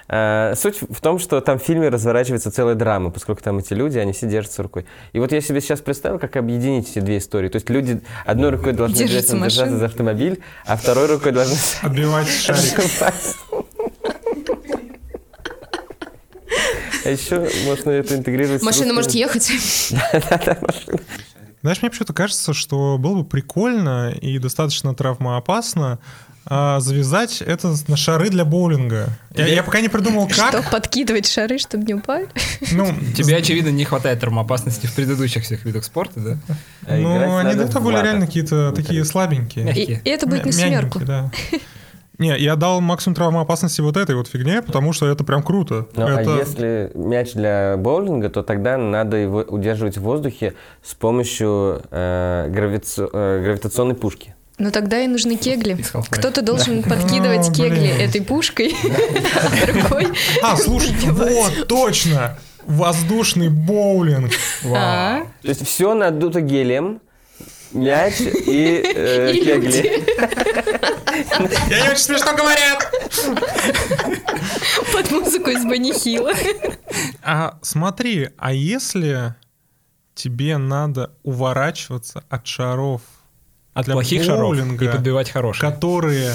K: Э, Суть в том, что там в фильме разворачивается целая драма, поскольку там эти люди, они все держатся рукой. И вот я себе сейчас представил, как объединить эти две истории. То есть люди одной рукой должны
M: Держатся
K: обязательно держаться
M: машин.
K: за автомобиль, а второй рукой должны <laughs>
D: Отбивать шарик.
K: Шампанское. А еще можно это интегрировать. с
H: Машина
K: русскими-
H: может ехать.
D: Знаешь, мне почему-то кажется, что было бы прикольно и достаточно травмоопасно а, завязать это на шары для боулинга. Я, я пока не придумал,
M: Что,
D: как.
M: подкидывать шары, чтобы не упали?
D: Ну,
A: Тебе, очевидно, не хватает термоопасности в предыдущих всех видах спорта, да?
K: А играть
D: ну они
K: надо
D: до
K: в
D: этого были
K: латах.
D: реально какие-то такие слабенькие.
M: И, и это будет
D: Мя-
M: на семерку.
D: мягенькие, да. Не, я дал максимум травмоопасности вот этой вот фигне, потому что это прям круто.
K: Ну,
D: это...
K: а если мяч для боулинга, то тогда надо его удерживать в воздухе с помью э, гравиц- э, гравитационной пушки.
C: Но тогда и нужны кегли.
A: Из Half-Life.
C: Кто-то должен
D: <laughs>
C: подкидывать
D: О,
C: кегли
D: блин.
C: этой
D: <laughs>
C: пушкой, а другой.
D: А,
M: <laughs>
D: слушайте, вот, точно! Воздушный боулинг.
A: Вау.
K: То есть все надуто гелем, мяч и э,
C: И
K: кегли.
D: Я не очень смешно говорят.
C: Под музыку из Банихила.
D: А смотри, а если тебе надо уворачиваться от шаров,
A: От
D: Для
A: плохих шаров и
D: боулинга.
A: подбивать хорошие.
D: которые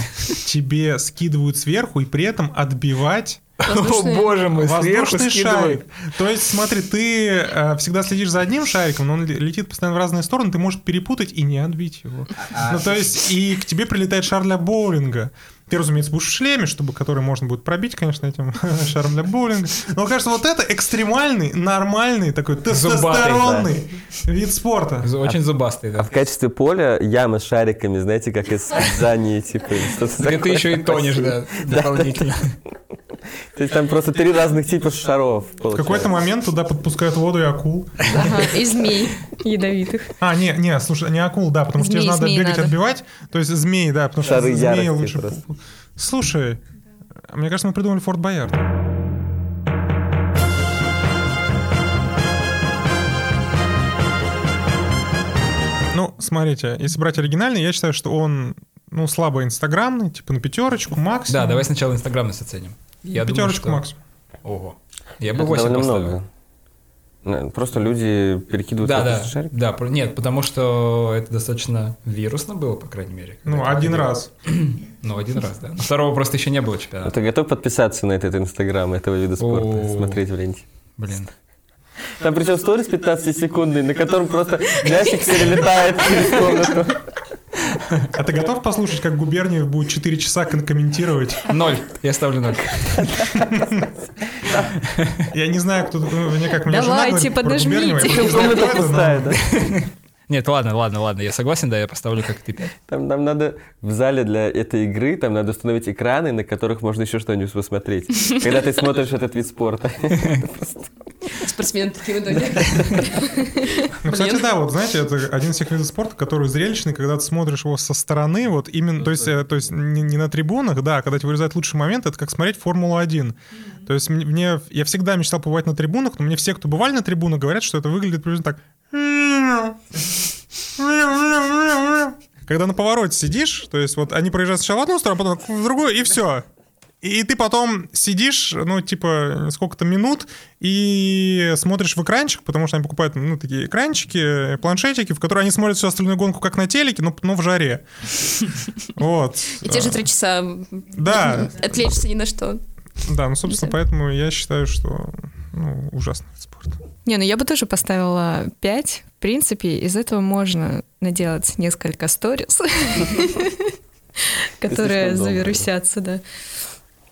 D: тебе скидывают сверху и при этом отбивать
A: О боже мой,
D: воздушный
A: скидывают.
D: шарик. То есть, смотри, ты э, всегда следишь за одним шариком, но он ле- летит постоянно в разные стороны, ты можешь перепутать и не отбить его. Ну, то есть, и к тебе прилетает шар для боулинга. Ты, разумеется, будешь в шлеме, чтобы который можно будет пробить, конечно, этим <laughs> шаром для боулинга. Но кажется, вот это экстремальный, нормальный такой тестостеронный вид спорта.
A: Зу- Очень зубастый,
K: А
A: да.
K: в качестве поля яма с шариками, знаете, как из Дании, типа. что-то
A: Где ты
K: такое.
A: еще и тонешь, да, дополнительно.
K: То есть там просто три разных типа шаров.
D: В какой-то момент туда подпускают воду и акул.
H: Ага, и змей.
C: Ядовитых.
D: А, не, не, слушай, не акул, да, потому что тебе
C: Змеи,
D: же надо
C: змеи
D: бегать,
C: надо.
D: отбивать. То есть змеи, да, потому что
K: Шары
D: змеи
K: ярости
D: лучше.
K: просто.
D: Слушай, мне кажется, мы придумали Форт Боярд. Ну, смотрите, если брать оригинальный, я считаю, что он, ну, слабо инстаграмный, типа на пятерочку, максимум.
A: Да, давай сначала инстаграмность оценим. Я думаю,
D: пятерочку,
A: что-
D: максимум.
A: Ого. Я бы
K: Это
A: 8
K: довольно
A: поставил.
K: много. Да, Просто люди перекидывают
A: Да, да,
K: карточный шарик.
A: да, про- нет, потому что это достаточно вирусно было, по крайней мере.
D: Ну,
A: Это
D: один раз.
A: Ну, один раз, да. Второго просто еще не было
K: А
A: чемпионата.
K: Ты готов подписаться на этот инстаграм этого вида спорта?
A: О.
K: Смотреть в ленте.
A: Блин.
K: Там причем
D: <laughs>
K: сторис 15-секундный, на котором просто мячик перелетает через комнату.
D: А ты готов послушать, как Губерниев будет 4 часа кон- комментировать?
A: Ноль. Я ставлю ноль.
D: Я не знаю, кто такой, ну, мне как меня жена
N: Давайте,
D: говорит про Губерниева,
N: подожмите.
D: я не знаю, кто это, но-
A: Нет, ладно, ладно, ладно. Я согласен, да, я поставлю как ты пять.
K: Там нам надо в зале для этой игры, там надо установить экраны, на которых можно еще что-нибудь посмотреть. Когда ты смотришь этот вид спорта.
H: Спортсмены такие в итоге.
D: Ну, кстати,
H: Блин.
D: да, вот знаете, это один из тех видов спорта, который зрелищный, когда ты смотришь его со стороны, вот именно, то есть, э, то есть не, не на трибунах, да, а когда тебе вырезают лучший момент, это как смотреть Формулу-1. То есть мне- мне, я всегда мечтал побывать на трибунах, но мне все, кто бывали на трибунах, говорят, что это выглядит примерно так. Когда на повороте сидишь, то есть вот они проезжают сначала в одну сторону, а потом в другую, и все. И ты потом сидишь, ну, типа, сколько-то минут и смотришь в экранчик, потому что они покупают, ну, такие экранчики, планшетики, в которые они смотрят всю остальную гонку как на телеке, но, но в жаре. Вот.
H: И те же три часа
D: Да,
H: отвлечься ни на что.
D: да, ну, собственно, поэтому я считаю, что ну, ужасный вид спорта.
C: Не, ну я бы тоже поставила 5. В принципе, из этого можно наделать несколько сторис, которые
K: слишком долго.
C: завирусятся, да.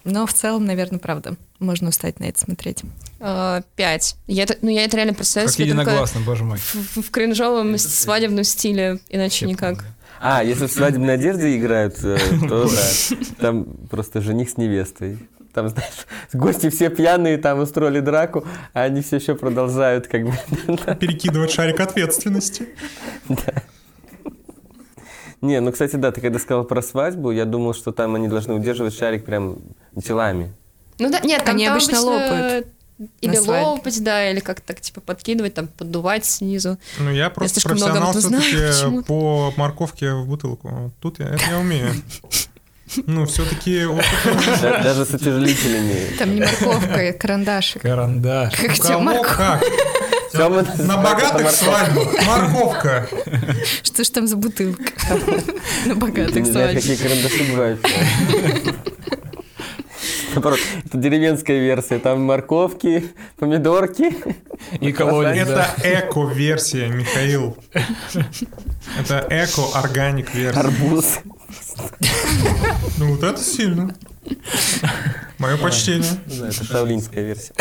C: Но в целом, наверное, правда, можно устать на это смотреть.
H: Э, Пять. Я это- Ну, я это реально представляю
A: Как
H: себе только
A: единогласно, боже мой.
H: в в кринжовом свадебном стиле, иначе никак.
K: А, если в свадебной одежде играют, э, то да. Там просто жених с невестой. Там, знаешь, гости все пьяные, там устроили драку, а они все еще продолжают как бы
D: Перекидывать шарик ответственности.
K: Не, ну, кстати, да, ты когда сказал про свадьбу, я думал, что там они должны удерживать шарик прям телами.
H: Ну да, нет, там,
C: Они
H: там
C: обычно лопают на
H: Или
C: свадьбе.
H: лопать, да, или как-то так типа подкидывать, там поддувать снизу.
D: Ну, я просто
H: слишком много об этом
D: профессионал
H: знаю <laughs>
D: все-таки
H: почему-то.
D: по морковке в бутылку. Вот Тут я, это я умею. Ну, все-таки
H: <laughs>
K: Да- Даже с утяжелителями.
C: Там не морковка, а карандашик.
A: Карандаш.
C: Как тебе морковка?
D: ну, как?
K: Тёма
D: На
K: называет
D: богатых
K: это
D: свадьбу. Морковка.
C: Что ж там за бутылка? На
K: морковкой.
C: богатых
K: Не знаю,
C: свадьбах.
K: какие карандаши бывают. Наоборот, Это деревенская версия. Там морковки, помидорки.
A: И колодец,
D: Это
A: да.
D: эко-версия, Михаил. Это эко-органик версия.
K: Арбуз.
D: Ну вот это сильно. Мое почтение.
K: Да, Это шаулинская версия.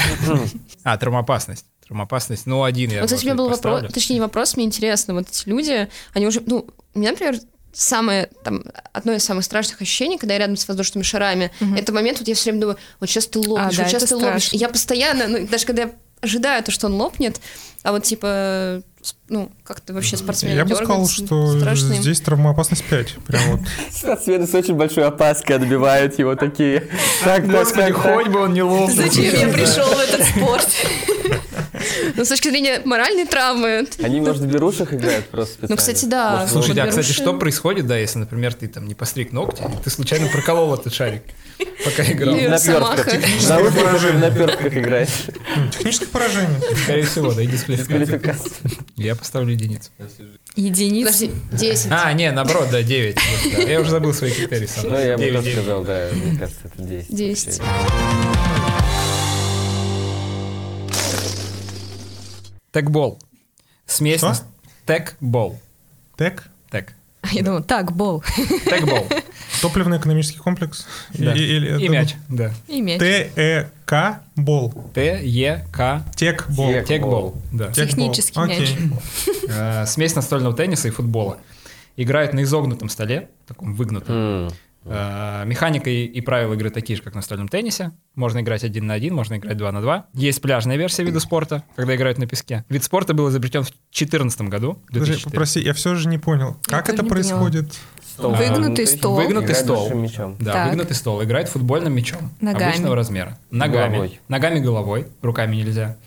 O: А, травмоопасность. Травмоопасность. Ну, один я,
H: вот, кстати, у меня
O: может
H: был
O: быть,
H: вопрос,
O: поставлю.
H: точнее, не вопрос, мне интересно, вот эти люди, они уже, ну, у меня, например, самое, там, одно из самых страшных ощущений, когда я рядом с воздушными шарами, это момент, вот я все время думаю, вот сейчас ты лопнешь,
C: А, да,
H: вот сейчас
C: это
H: ты лопнешь.
C: страшно.
H: И я постоянно, ну, даже когда я ожидаю то, что он лопнет, а вот, типа, с- ну, как ты вообще спортсмен
D: Я бы сказал,
H: дёргается,
D: что
H: страшно им.
D: здесь травмоопасность 5. Прям вот.
K: Спортсмены с очень большой опаской отбивают его такие. Так, так,
A: Господи,
K: так,
A: хоть
K: так.
A: бы он не лопнул.
C: Зачем я пришел в этот спорт?
H: <laughs> Ну, с точки зрения моральной травмы,
K: Они, может, в берушах играют просто
H: Ну, кстати, да.
A: Слушайте, а,
H: Беруши.
A: кстати, что происходит, да, если, например, ты там не постриг ногти, и ты случайно проколол этот шарик, пока играл?
H: Или
K: На
H: Росомаха.
K: перстках. Наушники в наперстках играешь.
D: Ну, Техническое поражение.
A: Скорее всего, да, и дисквалификация.
K: Квалификация.
A: Я поставлю единицу.
C: Единица.
H: подожди, 10.
A: А, не, наоборот, да, 9. Я уже забыл свои критерии сам.
K: Ну, я бы
A: Девять,
K: тоже
A: девять.
K: сказал, да, мне кажется, это 10.
H: 10.
A: Тегбол. Смесь.
D: Что?
A: на- Тегбол.
D: ТЭК.
A: Тег.
C: Я думала, так, бол.
A: Тегбол.
D: Топливно-экономический комплекс. И-
A: Да.
D: или-
A: И мяч. Да.
C: И мяч.
D: ТЭК Бол.
A: Т-Е-К.
D: Тек Бол.
K: Тек.
A: Тегбол. Да.
D: Тек Бол.
C: Технический мяч.
D: Окей.
A: Э, Смесь настольного тенниса и футбола. Играют на изогнутом столе, таком выгнутом.
K: М.
A: Э, Механика и, и правила игры такие же, как в настольном теннисе. Можно играть один на один, можно играть два на два. Есть пляжная версия вида спорта, когда играют на песке. Вид спорта был изобретен в 2014 году.
D: Подожди,
A: 2004.
D: попроси, я все же не понял. Как
C: тоже
D: это
C: не поняла.
D: происходит?
K: А,
C: Выгнутый стол.
A: Выгнутый
K: Играть
A: стол.
K: большим мячом.
A: Да,
C: Так.
A: выгнутый стол. Играет футбольным мячом.
C: Ногами.
A: Обычного размера. Ногами.
K: Головой.
A: Ногами головой. Руками нельзя.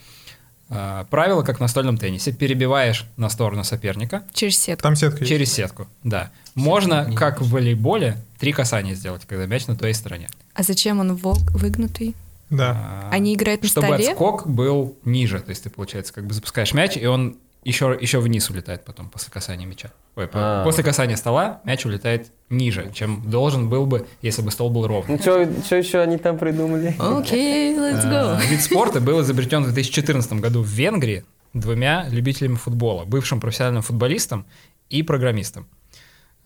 A: А, Правило, как в настольном теннисе. Перебиваешь на сторону соперника
K: Через сетку.
D: Там сетка есть.
A: через сетку. Да. Можно, как в волейболе, три касания сделать, когда мяч на твоей стороне.
K: А зачем он вог- выгнутый?
D: Да.
A: А,
K: Они играют на
A: Чтобы
K: столе?
A: отскок был ниже. То есть ты, получается, как бы запускаешь мяч, и он еще, еще вниз улетает потом после касания мяча. Ой, по-
B: А.
A: после касания стола мяч улетает ниже, чем должен был бы, если бы стол был ровный.
B: Ну, что еще они там придумали?
H: Окей, let's
A: А,
H: go.
A: Вид спорта был изобретен в 2014 году в Венгрии двумя любителями футбола, бывшим профессиональным футболистом и программистом.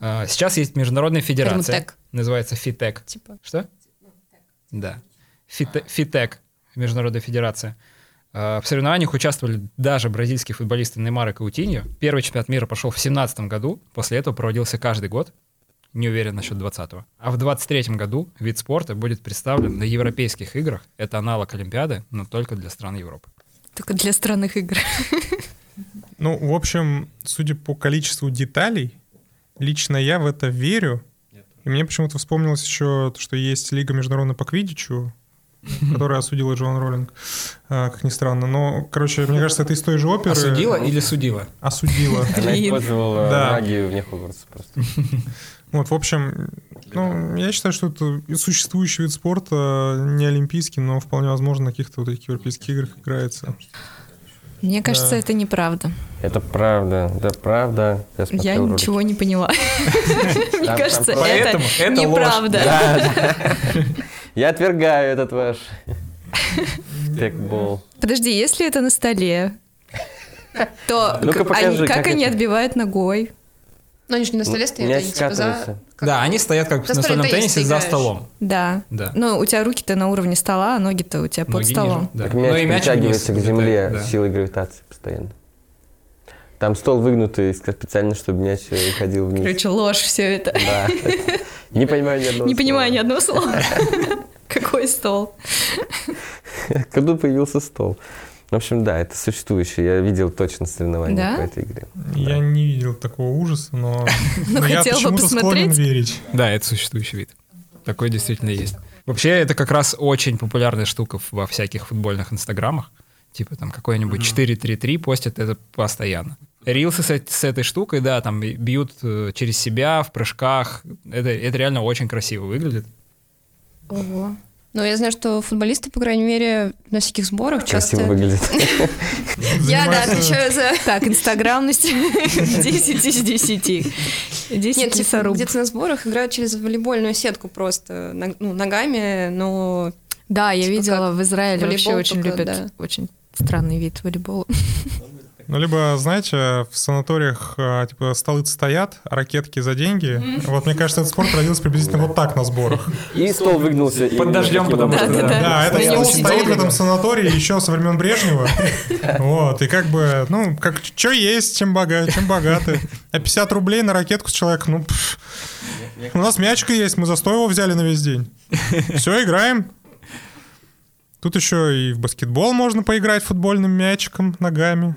A: А, Сейчас есть международная федерация,
H: Фермтек.
A: называется ФИТЕК.
H: Типа. А.
A: Что? Да. Фите- ФИТЕК, международная федерация. А, В соревнованиях участвовали даже бразильские футболисты Неймар и Каутиньо. Первый чемпионат мира пошел в 2017 году, после этого проводился каждый год. Не уверен насчет 20-го. А в 23-м году вид спорта будет представлен на Европейских играх. Это аналог Олимпиады, но только для стран Европы.
K: Только для странных игр. <laughs>
D: Ну, в общем, судя по количеству деталей, лично я в это верю. И мне почему-то вспомнилось еще, то, что есть Лига международная
A: <laughs>
D: по квиддичу, которая осудила Джон Роллинг, а, как ни странно. Но, короче, мне кажется, это из той же оперы.
A: Осудила или судила?
D: Осудила.
B: Она
K: Блин.
B: использовала
D: Да.
B: магию вне Хогвартса просто.
D: Вот, в общем, ну, я считаю, что это существующий вид спорта, не олимпийский, но вполне возможно на каких-то вот таких европейских играх играется.
K: Мне кажется, это неправда.
B: Это правда, это правда. Я,
K: Я
B: смотрел ролики.
K: ничего не поняла. Мне
B: Там-
K: кажется,
B: там
K: это
A: поэтому это ложь.
K: неправда.
B: Да, да. Я отвергаю этот
K: <laughs>
B: ваш текбол.
K: Подожди, если это на столе, то
B: Ну-ка
K: к-
B: покажи,
K: они- как
B: как
K: они
B: это?
K: отбивают ногой?
H: Ну, они же не на столе стоят,
B: Мяч
H: они типа за...
B: скатывается.
H: как-
A: Да, они стоят как в
H: На столе
A: настольном
H: теннис
A: теннисе за
H: играешь.
A: столом.
K: Да.
A: Да.
K: Ну, у тебя руки-то на уровне стола, а ноги-то у тебя под
A: Ноги ниже,
K: столом.
A: да.
B: Так
A: Ну
B: мяч
A: и мяч
B: притягивается к
A: вниз
B: земле
A: улетает, да.
B: силой гравитации постоянно. Там стол выгнутый специально, чтобы мяч э, уходил
C: <laughs>
B: вниз.
K: Короче, ложь все это.
B: Да. Не понимаю ни одного
K: Не понимаю ни
B: слова.
K: одного слова. Какой стол?
B: Когда появился стол. В общем, да, это существующее. Я видел точно соревнования
K: Да?
B: по этой игре.
D: Я не видел такого ужаса, но,
K: Ну,
D: но я
K: хотел бы
D: почему-то склонен
K: посмотреть.
D: верить.
A: Да, это существующий вид. Такой действительно есть. Вообще, это как раз очень популярная штука в- во всяких футбольных инстаграмах. Типа там какой-нибудь 4-3-3 постят это постоянно. Рилсы с, эт- с этой штукой, да, там и бьют э, через себя в прыжках. Это, это реально очень красиво выглядит.
K: Ого.
H: Ну, я знаю, что футболисты, по крайней мере, на всяких сборах
B: Красиво
H: часто...
B: выглядит.
H: Я, да,
D: Занимаются-
H: отвечаю
C: <laughs>
H: за...
K: Так, <laughs> инстаграмность 10 из 10. 10
H: Нет, типа,
K: лесоруб.
H: где-то на сборах играют через волейбольную сетку просто ног- ну, ногами, но
K: Да, я
H: Типа
K: видела в Израиле вообще
H: волейбол,
K: очень
H: только,
K: любят.
H: да.
K: Очень странный вид волейбола.
D: Ну, либо, знаете, в санаториях, э, типа, столы стоят, а ракетки за деньги. Вот, мне кажется, этот спорт родился приблизительно вот так на сборах.
B: И стол выгнулся. и
A: Под
B: именно
A: дождем,
B: таким
A: потому что,
B: образом.
K: Да,
D: Да, этот
K: на
D: стол
K: нем
D: стоит в
K: сидели.
D: этом санатории еще со времен Брежнева. Вот, и как бы, ну, как, что есть, чем богаты, чем богаты. А 50 рублей на ракетку с человеком, ну, пф. у нас мячик есть, мы за 100 его взяли на весь день. Все, играем. Тут еще и в баскетбол можно поиграть футбольным мячиком ногами.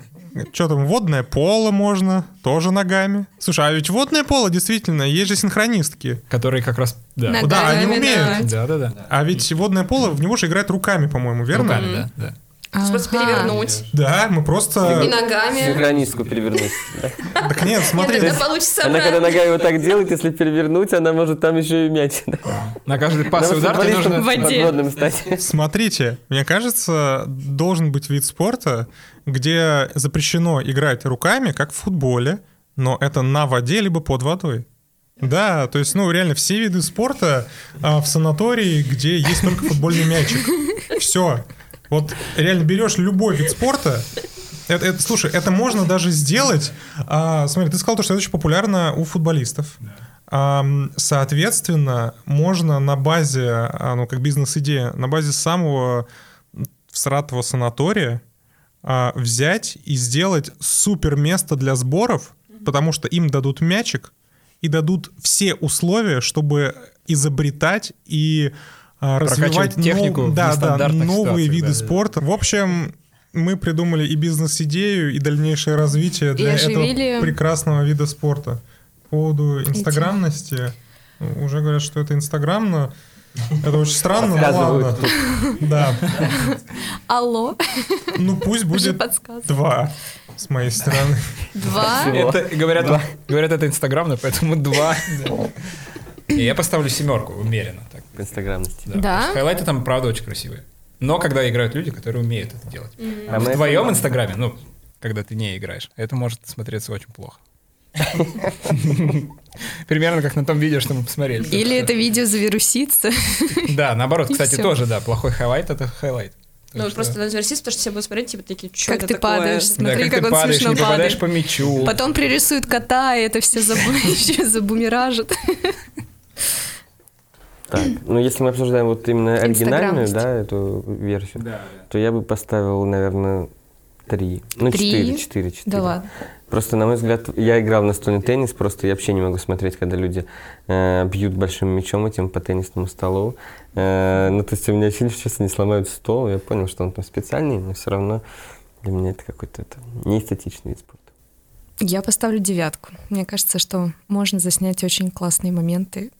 D: Что там, водное поло можно, тоже ногами. Слушай, а ведь водное поло действительно, есть же синхронистки.
A: Которые как раз... Да,
K: Нога-
D: Да, они
H: Ногами,
D: умеют.
A: да, да. да.
D: А ведь водное поло, в него же играть руками, по-моему, верно?
A: Руками, да, да.
H: просто перевернуть.
D: Да, мы
H: И
D: просто...
H: ногами.
B: Синхронистку
K: <laughs>
B: перевернуть.
D: Так нет,
H: Нет,
D: смотри,
H: тогда получится
B: Она когда
H: обратно.
B: ногами вот так делает, если перевернуть, она может там еще и мяч.
A: На каждый пас и
B: Надо
A: удар тебе
B: футболистом
A: А, нужно...
K: в воде.
B: подводным
A: <laughs>
B: стать.
D: смотрите, мне кажется, должен быть вид спорта, где запрещено играть руками, как в футболе, но это на воде либо под водой. Да, то есть, ну, реально, все виды спорта а, в санатории, где есть только футбольный мячик. Все. Вот реально берешь любой вид спорта. Это, это- слушай, это можно даже сделать. а, смотри, ты сказал, то, что это очень популярно у футболистов. Ам, соответственно, можно на базе, а, ну, как бизнес-идея, на базе самого всратого санатория а, взять и сделать супер место для сборов, потому что им дадут мячик и дадут все условия, чтобы изобретать и а,
A: Прокачивать
D: развивать нов-
A: технику в
D: да, да,
A: нестандартных
D: новые
A: ситуациях,
D: виды
A: да, да.
D: спорта. В общем, мы придумали и бизнес-идею, и дальнейшее развитие для
K: оживили-
D: этого прекрасного вида спорта. По поводу инстаграмности, уже говорят, что это инстаграмно. Это очень странно, но
K: Подсказывают.
D: ладно. <laughs> Да.
C: Алло, <laughs>
D: Ну пусть
C: уже
D: будет
C: подсказка.
D: два с моей стороны.
C: Два.
A: Это, говорят, говорят, это инстаграмно, поэтому два. И я поставлю семерку, умеренно. так,
K: в инстаграмности.
A: да.
C: Да?
A: Потому что Хайлайты там, правда, очень красивые. Но когда играют люди, которые умеют это делать.
K: А мы-
A: Вдвоем в инстаграме, ну, когда ты не играешь, это может смотреться очень плохо. Примерно как на том видео, что мы посмотрели.
C: Или это видео
D: <laughs>
C: завирусится.
A: Да, наоборот,
C: И
A: кстати,
C: всё.
A: тоже, да, плохой хайлайт — это хайлайт.
H: Ну, вот просто надо версии, потому что все будут смотреть, типа, такие, что
C: Как ты падаешь, смотри,
A: да, как,
C: как
A: ты
C: он
A: падаешь,
C: смешно
A: не попадаешь
C: падает.
A: по мячу.
C: Потом пририсуют кота, и это все
D: <laughs>
C: забу- ещё забумеражит.
K: Так, ну если мы обсуждаем вот именно оригинальную,
P: Инстаграмность.
K: да, эту версию, то я бы поставил, наверное, три. Ну,
C: Три?
K: четыре, четыре, четыре.
C: Да ладно.
K: Просто, на мой взгляд, я играл в настольный теннис, просто я вообще не могу смотреть, когда люди э, бьют большим мячом этим по теннисному столу. Э, ну, то есть у меня ощущение, что сейчас они сломают стол, я понял, что он там специальный, но все равно для меня это какой-то это, неэстетичный вид спорта.
C: Я поставлю девятку. Мне кажется, что можно заснять очень классные моменты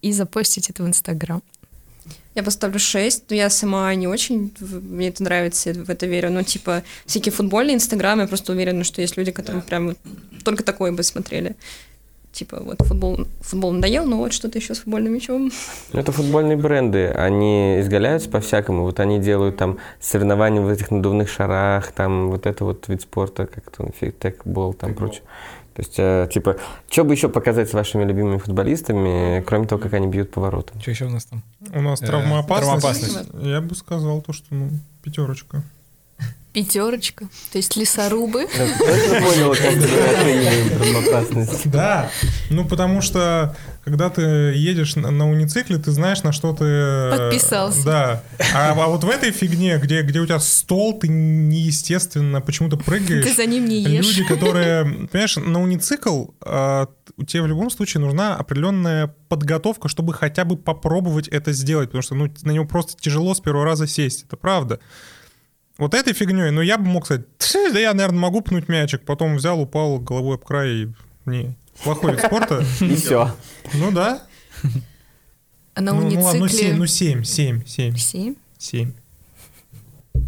C: и запостить это в Инстаграм.
H: Я поставлю 6, но я сама не очень, в- мне это нравится, я в это верю. Но, типа, всякие футбольные инстаграмы, я просто уверена, что есть люди, которые прям вот только такое бы смотрели. Типа, вот футбол, футбол надоел, но вот что-то еще с футбольным мячом.
K: Ну, это футбольные бренды, они изгаляются по-всякому, вот они делают там соревнования в этих надувных шарах, там вот это вот вид спорта, как там фигтекбол, там прочее. То есть, э, типа, что бы еще показать с вашими любимыми футболистами, э, кроме того, как они бьют по воротам?
A: Что еще у нас там?
D: У нас
A: Э,
D: травмоопасность.
A: травмоопасность.
D: Я бы сказал то, что ну, пятерочка.
C: Пятерочка. То есть лесорубы.
K: Я точно понял, как мы оцениваем опасность.
D: Да, ну потому что когда ты едешь на, на уницикле, ты знаешь, на что ты... э,
C: Подписался.
D: Да. А, а вот в этой фигне, где, где у тебя стол, ты неестественно почему-то прыгаешь.
C: Ты за ним не ешь.
D: Люди, которые... Понимаешь, на уницикл э, у тебе в любом случае нужна определенная подготовка, чтобы хотя бы попробовать это сделать, потому что ну, на него просто тяжело с первого раза сесть, это правда. Вот этой фигней, ну я бы мог сказать, «Ть, да я, наверное, могу пнуть мячик, потом взял, упал головой об край и... Не, плохой вид спорта.
K: И все.
D: Ну да.
C: А <laughs> на
D: ну, ну ладно, ну
C: уницикле...
D: семь, ну семь, семь, семь,
C: Семь?
D: семь.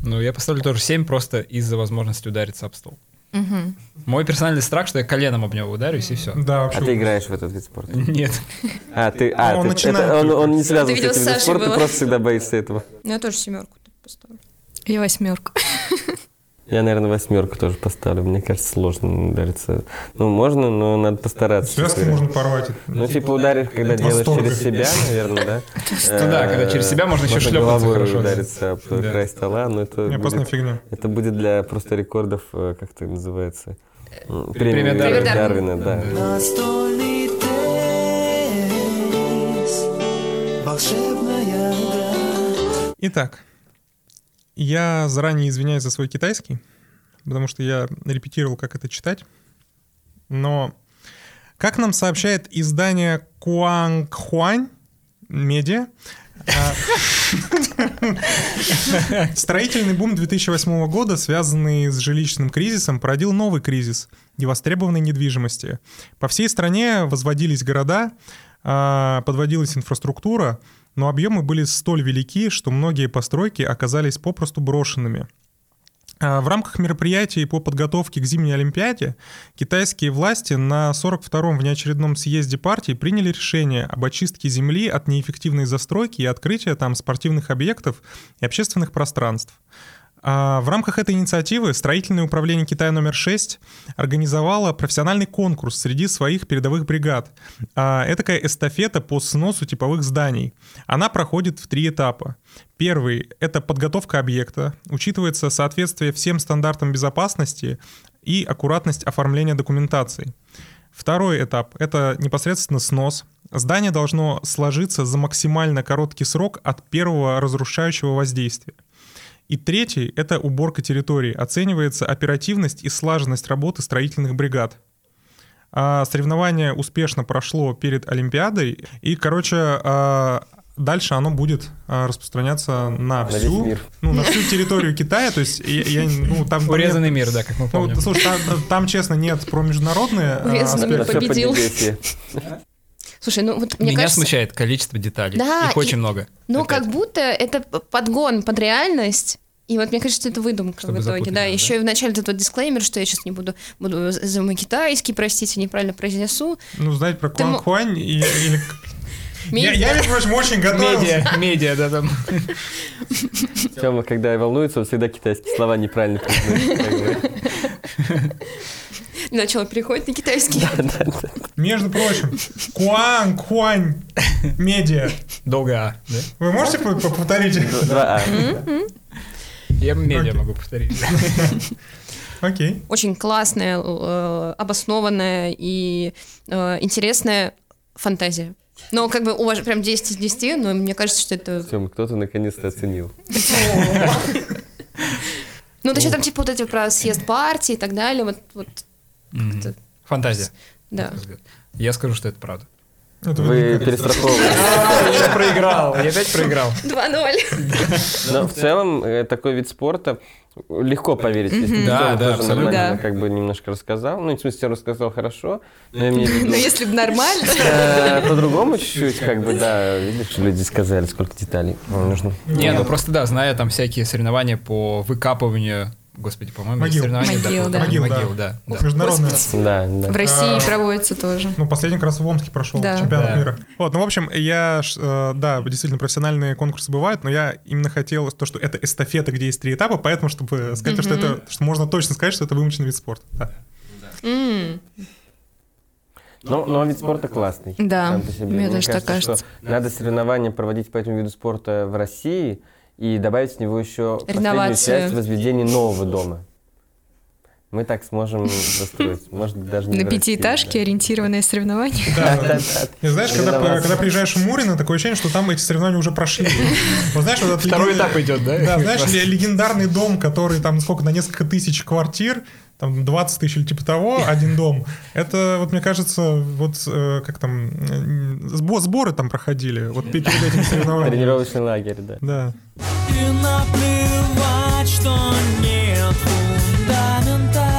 A: Ну, я поставлю тоже 7 просто из-за возможности удариться об стол. Мой персональный страх, что я коленом об него ударюсь, и все.
D: Да, вообще.
K: А ты играешь в этот вид спорта?
A: Нет.
K: А, ты, а,
D: Он
K: ты-
D: начинает
K: это- он, он не связан
H: Ты
K: с
H: видел,
K: этим видом
H: Саша
K: спорта, ты
H: была.
K: просто всегда боишься этого.
H: Ну, я тоже семерку тут поставлю.
C: Я восьмерку.
K: Я, наверное, восьмерку тоже поставлю. Мне кажется, сложно удариться. Ну, можно, но надо постараться.
D: Связки
K: честно говоря.
D: можно порвать.
K: Ну, типа ударишь, когда
D: От
K: делаешь
D: восторга.
K: через себя, наверное, да? Э,
A: Ну да, когда через себя можно еще
K: Можно
A: шлепнуться
K: головой
A: хорошо.
K: удариться об
A: Да.
K: край стола, но это
D: Не опасная
K: будет,
D: фигня.
K: это будет для просто рекордов, э, как это называется? М,
A: премия
K: Премия Дарвина,
A: Дарвина.
K: Дарвина, да.
L: Настольный теннис, волшебная игра.
D: Итак, я заранее извиняюсь за свой китайский, потому что я репетировал, как это читать. Но, как нам сообщает издание Куанхуань Медиа, а, <laughs> строительный бум 2008 года, связанный с жилищным кризисом, породил новый кризис невостребованной недвижимости. По всей стране возводились города, а, подводилась инфраструктура, но объемы были столь велики, что многие постройки оказались попросту брошенными. А, В рамках мероприятий по подготовке к зимней Олимпиаде китайские власти на 42-м внеочередном съезде партии приняли решение об очистке земли от неэффективной застройки и открытия там спортивных объектов и общественных пространств. А, В рамках этой инициативы строительное управление Китая номер 6 организовало профессиональный конкурс среди своих передовых бригад. А, Это такая эстафета по сносу типовых зданий. Она проходит в три этапа. Первый — это подготовка объекта, учитывается соответствие всем стандартам безопасности и аккуратность оформления документации. Второй этап — это непосредственно снос. Здание должно сложиться за максимально короткий срок от первого разрушающего воздействия. И третий — это уборка территории. Оценивается оперативность и слаженность работы строительных бригад. А, соревнование успешно прошло перед Олимпиадой. И, короче, а, дальше оно будет а, распространяться на
K: весь
D: всю,
K: мир.
D: ну, на всю территорию Китая. То есть, я, я- ну, там... там нет-
A: Урезанный мир, да, как мы
D: ну,
A: помним. А,
D: слушай, там, там, честно, нет про международные э,
H: Урезанный
D: аспекты.
K: Всё под
H: победил.
K: депрессией.
H: Слушай, ну вот мне
A: Меня
H: кажется...
A: смущает количество деталей.
H: Да,
A: Их
H: и-
A: очень много.
H: Ну,
A: Опять.
H: как будто это п- подгон под реальность. И вот мне кажется, что это выдумка
A: Чтобы
H: в итоге,
A: запутать
H: да.
A: нас, да?
H: Еще и вначале этот вот дисклеймер, что я сейчас не буду, буду за мой китайский, простите, неправильно произнесу.
D: Ну, знаете, про
H: Ты мо-
D: Куан Хуань и- или... Я,
H: Медиа.
D: я, между прочим, очень готовился.
A: Медиа, медиа, да, там.
B: Тема, когда волнуется, он всегда китайские слова неправильно произносит. как бы.
H: Сначала переходит на китайский.
D: Между прочим, Куан, Хуань, медиа.
A: Долго А, да?
D: Вы можете по- по- повторить?
B: Два А.
A: Я медиа
D: Окей.
A: могу повторить.
D: Окей.
H: Очень классная, э, обоснованная и э, интересная фантазия. Но как бы у вас прям 10 из 10, но мне кажется, что это...
B: Тёма, кто-то наконец-то оценил.
H: Ну, еще там типа вот эти про съезд партии и так далее, вот, вот
A: Мгм.
H: Это-
A: Фантазия.
H: да.
A: Я скажу, что это правда.
D: Это
B: Вы перестраховываете.
A: Я проиграл, я опять проиграл.
H: 2-0.
B: Но в целом э, такой вид спорта легко поверить. если
A: Да, да,
B: Тёма тоже
A: абсолютно.
B: нормально
C: Да.
B: как бы немножко рассказал. Ну, в смысле, рассказал хорошо, но я имею в виду,
C: Ну, если бы нормально.
B: э, По-другому чуть-чуть, как бы, да. Видишь, люди сказали, сколько деталей вам нужно.
A: Не, ну просто да, зная там всякие соревнования по выкапыванию, господи, по-моему, есть
D: Могил.
A: соревнования да,
K: Могил, да.
A: по-
D: Могил, да.
A: могил, да. да.
D: Международная.
B: Да, да.
K: В России проводится тоже.
D: Ну, последний как раз в Омске прошел
K: Да.
D: чемпионат
A: Да.
D: мира. Вот, ну, в общем, я, ж, э, да, действительно, профессиональные конкурсы бывают, но я именно хотел то, что это эстафета, где есть три этапа, поэтому, чтобы сказать, что это, что можно точно сказать, что это вымышленный вид спорта. Да.
H: М.
B: Ну, но вид спорта классный.
K: Да,
B: сам по себе.
K: мне тоже так
B: что надо соревнования проводить по этому виду спорта в России и добавить в него еще последнюю
H: Реновацию.
B: часть возведения нового дома. Мы так сможем <laughs> застроить. Может, даже не
K: На
B: в России,
K: пятиэтажке
B: <laughs>
K: ориентированные соревнования.
D: Да, да. Не, знаешь, когда,
B: Реновация.
D: когда приезжаешь в Мурино, такое ощущение, что там эти соревнования уже прошли. Вот знаешь, вот этот
A: Второй
D: леген-
A: этап идет, да? <laughs>
D: Да, знаешь, ле- легендарный дом, который там сколько, на несколько тысяч квартир, там 20 тысяч или
A: <laughs>
D: типа того, один дом. Это, вот мне кажется, вот э, как там, э, сбо- сборы там проходили, вот пе-
A: <laughs>
D: перед этим
B: да.
D: соревнованием.
B: Тренировочный лагерь, да.
D: Да.
L: И наплевать, что нет фундамента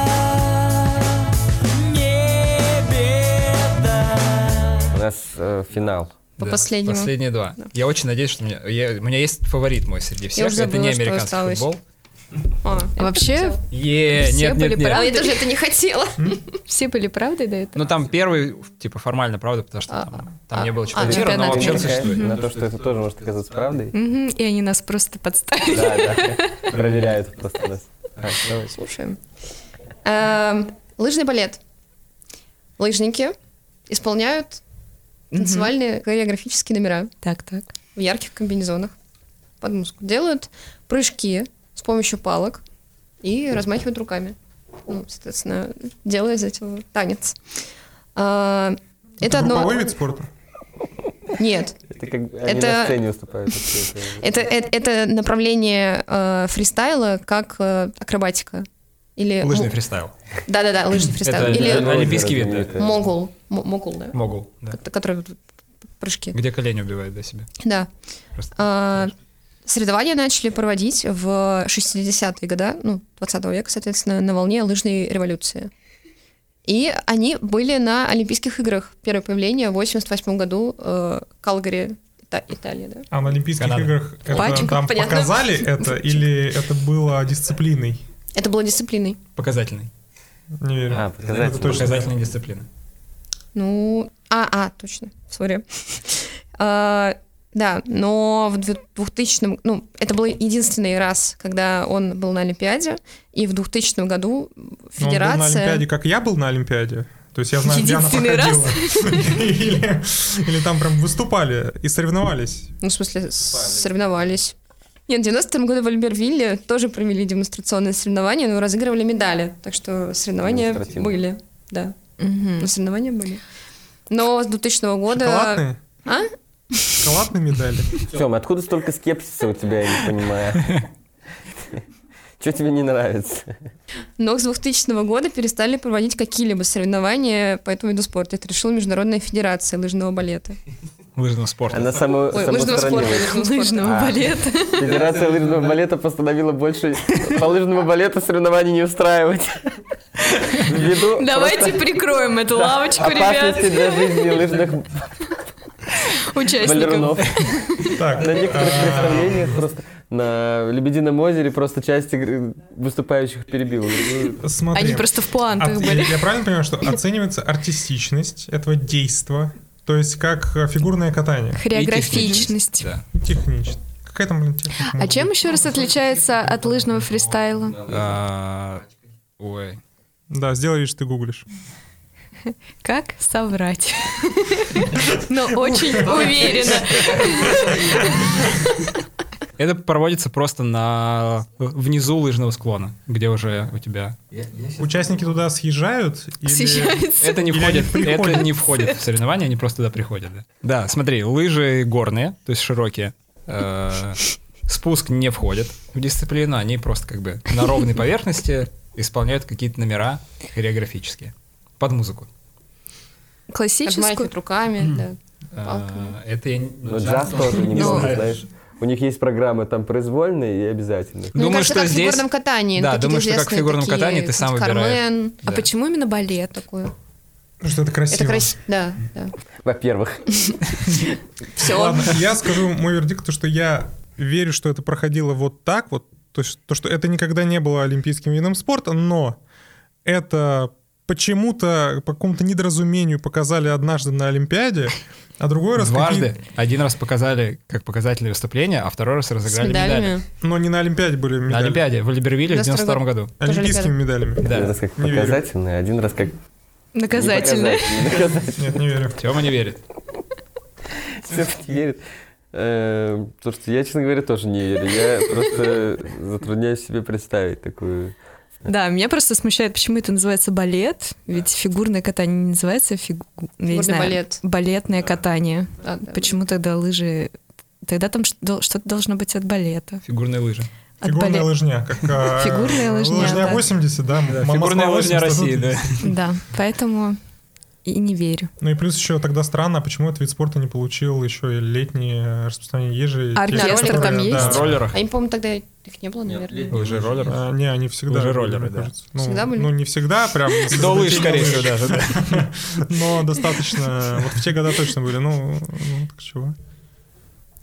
L: Не беда
B: У нас э, финал.
H: По
A: Да,
H: последнему.
A: Последние два. Я очень надеюсь, что у меня, я- у меня есть фаворит мой среди всех.
H: уже
A: это не
H: забыла, что
A: американский
H: осталось.
A: футбол.
H: А, это
K: Вообще,
H: взяла.
A: Е,
K: Все
A: нет,
K: были
A: нет, нет.
H: А я тоже это не хотела.
K: все были правдой до этого.
A: Ну там первый, типа формально правда, потому что там, там не было чемпионата, но
H: А, чемпионат
A: вообще
H: мира.
A: он существует.
B: На то, что это тоже может оказаться правдой.
K: Мгм, И они нас просто подставили.
B: Да, да. Проверяют просто нас. Так, давай.
H: Слушаем. Эм, Лыжный балет. Лыжники исполняют танцевальные хореографические номера
K: Так, так.
H: в ярких комбинезонах под музыку. Делают прыжки с помощью палок и размахивают руками. Ну, соответственно, делая из этого танец. А, Это одно...
D: Групповой вид спорта?
H: Нет,
B: Это как они
H: Это-
B: на сцене выступают. вообще, это-
H: Это, э- это, направление э, фристайла как э, акробатика. Или...
A: Лыжный фристайл.
H: Да-да-да, лыжный фристайл.
A: Это-
H: Или
A: это- Олимпийский вид,
B: знаменитое.
H: могул. М- Могул, да?
A: Могул, да.
H: Ко- Который вот прыжки.
A: Где колени убивает да, себя.
H: Да.
A: Просто.
H: А, Соревнования начали проводить в 60-е годы, ну, 20 века, соответственно, на волне лыжной революции. И они были на Олимпийских играх. Первое появление в 88 году э, Калгари, Ита- Италия, да?
D: А на Олимпийских
A: Канада.
D: играх это
H: Пальчиком,
D: там
H: понятно.
D: показали
H: <laughs>
D: это или это было дисциплиной?
H: Это было дисциплиной.
A: Показательный.
D: Не верю.
B: А, показать.
D: Это точно.
A: Показательная дисциплина.
H: Ну, а, а, точно, сори. А, Да, но в две- 2000, ну, это был единственный раз, когда он был на Олимпиаде, и в 2000 году
D: Но Ну, он был на Олимпиаде,
H: Федерация...
D: как я был на Олимпиаде. То есть я знаю, где она
K: Единственный раз.
D: проходила. Или или там прям выступали и соревновались.
H: Ну, в смысле, с- соревновались. Нет, в 90-м году в Альбервилле тоже провели демонстрационные соревнования, но разыгрывали медали, так что соревнования
B: Демонстративно.
H: были, да.
K: Мгм.
H: но Соревнования были. Но с 2000
K: э,
H: года...
D: Шоколадные?
H: А?
D: Шоколадные медали.
B: Тёма, откуда столько скепсиса у тебя, я не понимаю? Что тебе не нравится?
H: Но с 2000 года перестали проводить какие-либо соревнования по этому виду спорта. Это решила Международная федерация лыжного балета.
A: Лыжного спорта.
B: Она само,
H: Ой, лыжного спорта.
B: самоустранилась.
H: лыжного спорта.
K: Лыжного
B: А.
K: балета.
B: Федерация лыжного балета постановила больше по лыжному балету соревнований не
H: <laughs>
B: устраивать. Ввиду
K: Давайте прикроем эту лавочку,
B: <laughs> просто
K: ребят.
B: опасности для жизни лыжных
C: участников.
B: Валерунов.
D: Так,
B: На некоторых
D: а,
B: представлениях просто на Лебедином озере просто часть игры- выступающих Ну, перебил.
D: смотри.
K: Они просто в
D: От-
K: пуантах были.
D: Я правильно понимаю, что оценивается артистичность этого действа, то есть как э, фигурное катание,
K: Хореографичность.
G: Да.
D: технично. Какая там, блин, техника?
K: А
D: может
K: чем еще раз отличается от лыжного фристайла?
G: А, Ой.
D: быть? Да, сделай вид, что ты гуглишь.
C: Как
K: <laughs>
C: соврать? Но очень уверенно.
A: Это проводится просто на внизу лыжного склона, где уже у тебя...
D: Участники туда съезжают? или-
K: Съезжаются.
A: Это не
D: Или
A: входит,
D: они приходят.
A: это не входит в соревнования, они просто туда приходят. Да, да смотри, лыжи горные, то есть широкие. Э, Спуск не входит в дисциплину, они просто как бы на ровной поверхности исполняют какие-то номера хореографические под музыку.
K: Классическую?
H: Отмахивать руками, да.
A: Э,
H: Палками.
A: Это я не-
B: Но джаз тоже не
K: Ну.
B: может, знаешь. У них есть программы там произвольные и обязательные.
H: Ну,
A: Думаю,
H: мне кажется,
A: что
H: как
A: здесь-
H: в фигурном катании. ну,
A: Да,
H: какие-то
A: думаю, что как в
H: известные
A: фигурном
H: такие,
A: катании ты сам
H: какой-нибудь
A: выбираешь.
H: Кармен,
K: А
A: Да.
K: почему именно балет?
H: такое.
D: Потому Ну, Что это красиво.
H: Это красиво, да, да.
B: Во-первых,
H: Все.
D: Ладно, я скажу мой вердикт, то, что я верю, что это проходило вот так вот, то есть то, что это никогда не было олимпийским видом спорта, но это почему-то по какому-то недоразумению показали однажды на Олимпиаде, а другой раз
A: Дважды.
D: какие-
A: Один раз показали как показательное выступление, а второй раз
H: С
A: разыграли медали.
H: медалями.
D: но не на Олимпиаде были медали.
A: На Олимпиаде в Либервилле в
H: Да,
A: 92 году.
H: Тоже
D: Олимпийскими медалями.
B: один
A: Да.
B: раз как
D: не верю.
B: показательный, один раз как
C: Наказательно.
B: <laughs> непоказательный. Доказательный.
D: Нет, не верю.
A: Тема не верит.
B: Все-таки верит. Э, Слушайте, я, честно говоря, тоже не верю. Я просто затрудняюсь себе представить такую...
K: Да, меня просто смущает, почему это называется балет, ведь фигурное катание не называется фигу... я не
H: Фигурный
K: знаю,
H: балет.
K: балетное катание.
H: Да, А, да.
K: Почему тогда лыжи... Тогда там ш- дол- что-то должно быть от балета.
A: Фигурные лыжи.
K: От
D: Фигурная
K: бале-
D: лыжня, как э,
K: <laughs> Фигурная лыжня,
D: лыжня
K: да.
D: 80, да? м- масла
A: Фигурная лыжня
D: 80,
A: России, да.
D: 130.
K: Да, поэтому и не верю.
D: Ну и плюс еще тогда странно, а почему этот вид спорта не получил еще и летние распространение. Есть же...
K: А
D: те,
K: оркестр там
D: которые, да,
K: есть?
A: На роллерах.
H: А им, по-моему, тогда их не было, наверное.
A: Лыжи роллерах.
D: А, не, они всегда
A: Уже
D: были,
A: роллеры,
D: мне
A: да.
D: кажется. Ну,
H: Всегда были?
D: Ну, не всегда,
A: <laughs>
D: прям... с
A: До лыж,
D: изобретением
A: скорее
D: лыж.
A: всего, даже. да.
D: Но достаточно... Вот в те года точно были. Ну, ну, так чего?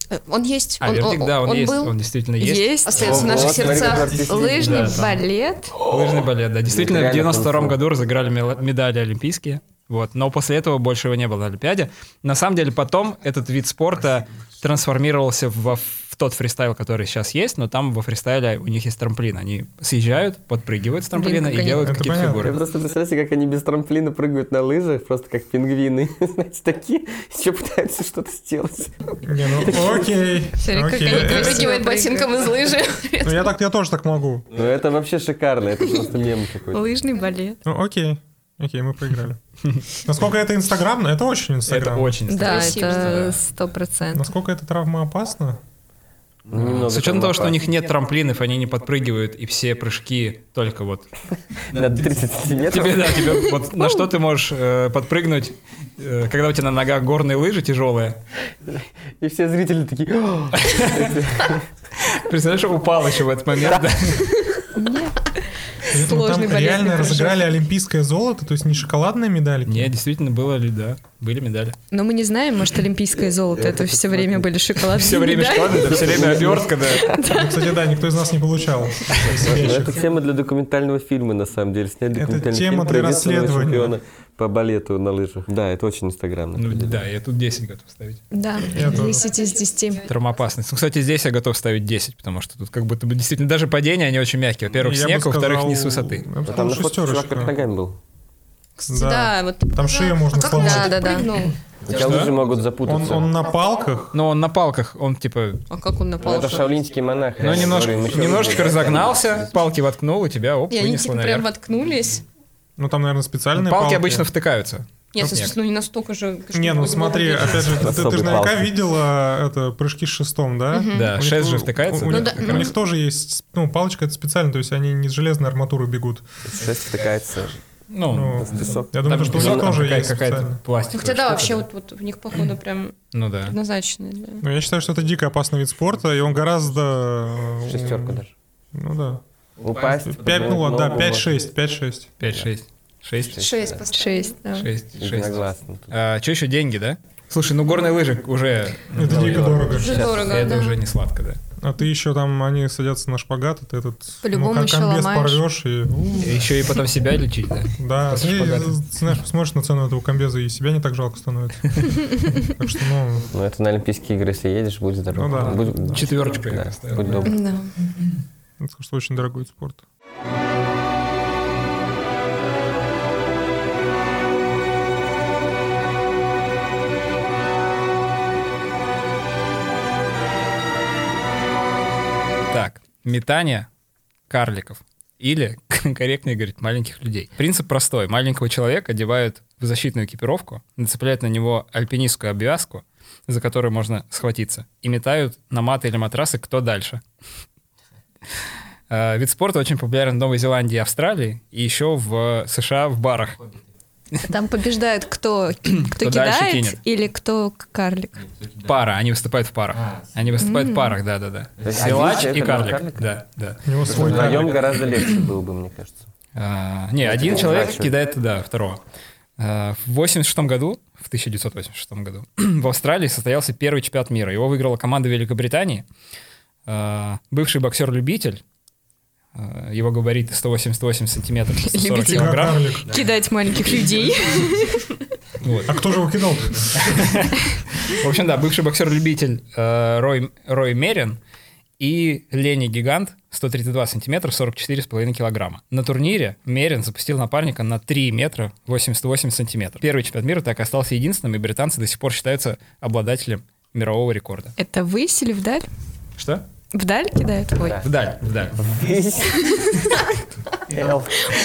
H: Э, Он есть.
A: А, вердикт, да, он есть.
H: был.
A: Он действительно есть.
K: Есть,
H: Остается в
B: Ого,
H: наших
B: смотри, какой
H: сердцах.
B: артистизм.
K: лыжный
A: Да, там.
K: балет.
A: Лыжный балет, да. Действительно, в
B: реально
A: 92
B: круто.
A: году разыграли мел- медали олимпийские. Вот. Но после этого больше его не было на Олимпиаде. На самом деле, потом этот вид спорта трансформировался во, в тот фристайл, который сейчас есть, но там во фристайле у них есть трамплин. Они съезжают, подпрыгивают с трамплина
K: как
A: и
K: они-
A: делают
D: Это
A: какие-то
D: понятно.
B: Я
A: фигуры.
B: просто представляю себе, как они без трамплина прыгают на лыжах, просто как пингвины. <laughs> Знаете, такие еще пытаются что-то сделать.
D: Не, ну, окей.
C: Смотри, как
D: окей.
C: они
D: Э,
C: красиво
H: Выпрыгивает ботинком из лыжи.
D: Ну, я так, я тоже так могу.
B: Ну, это вообще шикарно, это
D: <laughs>
B: просто мем какой-то.
K: Лыжный балет.
D: Ну, окей. Окей,
A: <laughs>
D: мы проиграли. Насколько это инстаграмно? Это очень инстаграмно.
A: Это очень
K: Да,
A: страшно.
K: это сто процентов.
D: Насколько это травма опасна?
B: Ну, немного
A: С учетом
B: там
A: того, что у
B: лопат.
A: них нет трамплинов, они не подпрыгивают, и все прыжки только вот
B: На 30 сантиметров.
A: Тебе, да, тебе вот на что ты можешь э, подпрыгнуть, э, когда у тебя на ногах горные лыжи тяжелые.
B: И все зрители такие... «О!»
A: Представляешь, упал еще в этот момент. да.
D: Ну,
K: Сложный
D: Там
K: балетный
D: реально
K: прыжок.
D: разыграли олимпийское золото, то есть не шоколадные медали.
A: Не, действительно, было ли, да. Были медали.
K: Но мы не знаем, может, олимпийское золото это все время были шоколадные
A: Все время
K: медали.
A: шкода, да, все время обертка, да.
D: Ну, кстати, да, никто из нас не получал.
B: Ну, Это тема для документального фильма, на самом деле. Снять
D: Это
B: документальный
D: тема
B: фильм
D: для
B: про местного
D: расследования.
B: чемпиона по балету на лыжах. Да, это очень инстаграмно.
A: Ну да, я тут 10 готов ставить.
K: Да,
D: Я тоже.
K: 10 из 10.
A: Травмоопасность. Ну, кстати, здесь я готов ставить 10, потому что тут как будто бы действительно даже падения, они очень мягкие. Во-первых,
D: Я бы
A: снег, во-вторых,
D: сказал,
A: не с высоты.
D: я бы
B: А
D: сказал,
B: там на фото
D: шестерочка.
B: чувак как ногами был.
H: Кстати,
D: Да.
H: да, вот ты
D: Там шею можно
H: как
D: сломать.
H: он
K: Да, да, да.
H: прыгнул?
B: У тебя лыжи могут
D: Он,
B: запутаться.
D: он на палках.
A: Но он на палках, он типа,
H: А как он
B: Ну,
H: напал?
B: Это шаулинский монах.
A: ну,
B: я
A: немножко,
B: говорю, мы чё
A: немножечко
B: лыжи?
A: разогнался, палки воткнул, и тебя, оп,
H: И они
A: вынесло
H: типа прям
A: наверх.
H: воткнулись.
D: Ну там, наверное, специальные
A: Палки обычно втыкаются.
H: Нет,
A: в снег.
H: ну не настолько же. конечно,
D: Не,
A: <laughs>
D: ну смотри, опять же, ты, ты
B: Особые
D: же наверняка
B: палки.
D: видела это прыжки с шестом, да?
A: Да,
D: У них
A: шест же
D: тоже-
A: втыкается. ну,
D: У, у
A: да,
D: них,
H: да,
D: у них тоже есть, ну, палочка это специально, то есть они не с железной арматурой бегут.
B: Шесть втыкается.
A: Ну,
D: Ну,
B: в песок.
D: я думаю,
A: там
D: что у
A: песок,
D: них
A: там
D: тоже
A: какая-
D: есть
A: какая-то
D: специально.
H: Ну
A: пластиковая
H: хотя да,
A: штука,
H: вообще
A: да.
H: вот, вот в них походу прям
A: Ну да.
H: предназначены. Да.
D: Ну, я считаю, что это дико опасный вид спорта, и он гораздо... э,
B: Шестерка даже.
D: Ну да.
B: Упасть.
D: 5, ну
B: поднять
D: ладно, да,
B: ногу,
D: 5-6, 5-6.
A: 5-6. 6.
H: Шесть поставили.
K: 6, да.
A: 6. 6.
B: Единогласно.
A: А, что еще деньги, да? Слушай, ну горные лыжи уже...
B: Ну,
A: ну,
D: Это дико дорого.
B: Уже дорого,
A: Это
B: да.
A: уже не сладко, да.
D: А ты еще там, они садятся на шпагат, и ты этот
H: По-любому
D: ну,
H: еще
D: комбез
H: ломаешь.
D: порвешь, и... у,
A: Еще и потом себя лечить, да.
D: Да,
A: После
D: ты, э,
A: шпагата.
D: знаешь, посмотришь на цену этого комбеза, и себя не так жалко становится. Так что, ну,
K: Ну, это на Олимпийские игры, если едешь, будет здорово.
D: Ну да.
K: Будь-
A: Четверочка.
K: да,
A: я
K: будь добр.
B: Да.
D: это, конечно, очень дорогой вид спорта.
A: Так, метание карликов. Или, <laughs> корректнее говорить, маленьких людей. Принцип простой. Маленького человека одевают в защитную экипировку, нацепляют на него альпинистскую обвязку, за которую можно схватиться, и метают на маты или матрасы кто дальше. Э, Вид спорта очень популярен в Новой Зеландии и Австралии, и еще в США в барах.
C: А Там побеждает кто, кто
A: Кто дальше
C: кидает
A: кинет.
C: или кто карлик.
A: Пара, они выступают в парах. Они выступают в парах, да-да-да.
K: То есть один
A: Силач
K: человек,
A: и
K: одного
A: карлик.
K: карлика?
A: Да, да.
D: У него свой
K: Вдвоем гораздо легче было бы, мне кажется.
A: А, не,
K: Я
A: один
K: тебя
A: человек
K: уворачиваю.
A: кидает туда, второго. А, В 86 году, в 1986 году, <clears throat> в Австралии состоялся первый чемпионат мира. Его выиграла команда Великобритании. А, Бывший боксер-любитель, а, его габариты 188 сантиметров, 140
H: Любитель.
A: килограмм.
D: карлик.
H: Кидать маленьких людей.
A: Вот.
D: А кто же его кидал?
A: В общем, да, бывший боксер-любитель э, Рой, Рой Мерин и Лени Гигант 132 сантиметра, 44,5 килограмма. На турнире Мерин запустил напарника на 3 метра 88 сантиметров. Первый чемпионат мира так и остался единственным, и британцы до сих пор считаются обладателем мирового рекорда.
C: Это высели вдаль?
A: Что?
C: Вдаль кидает? Ой,
A: Вдаль, вдаль.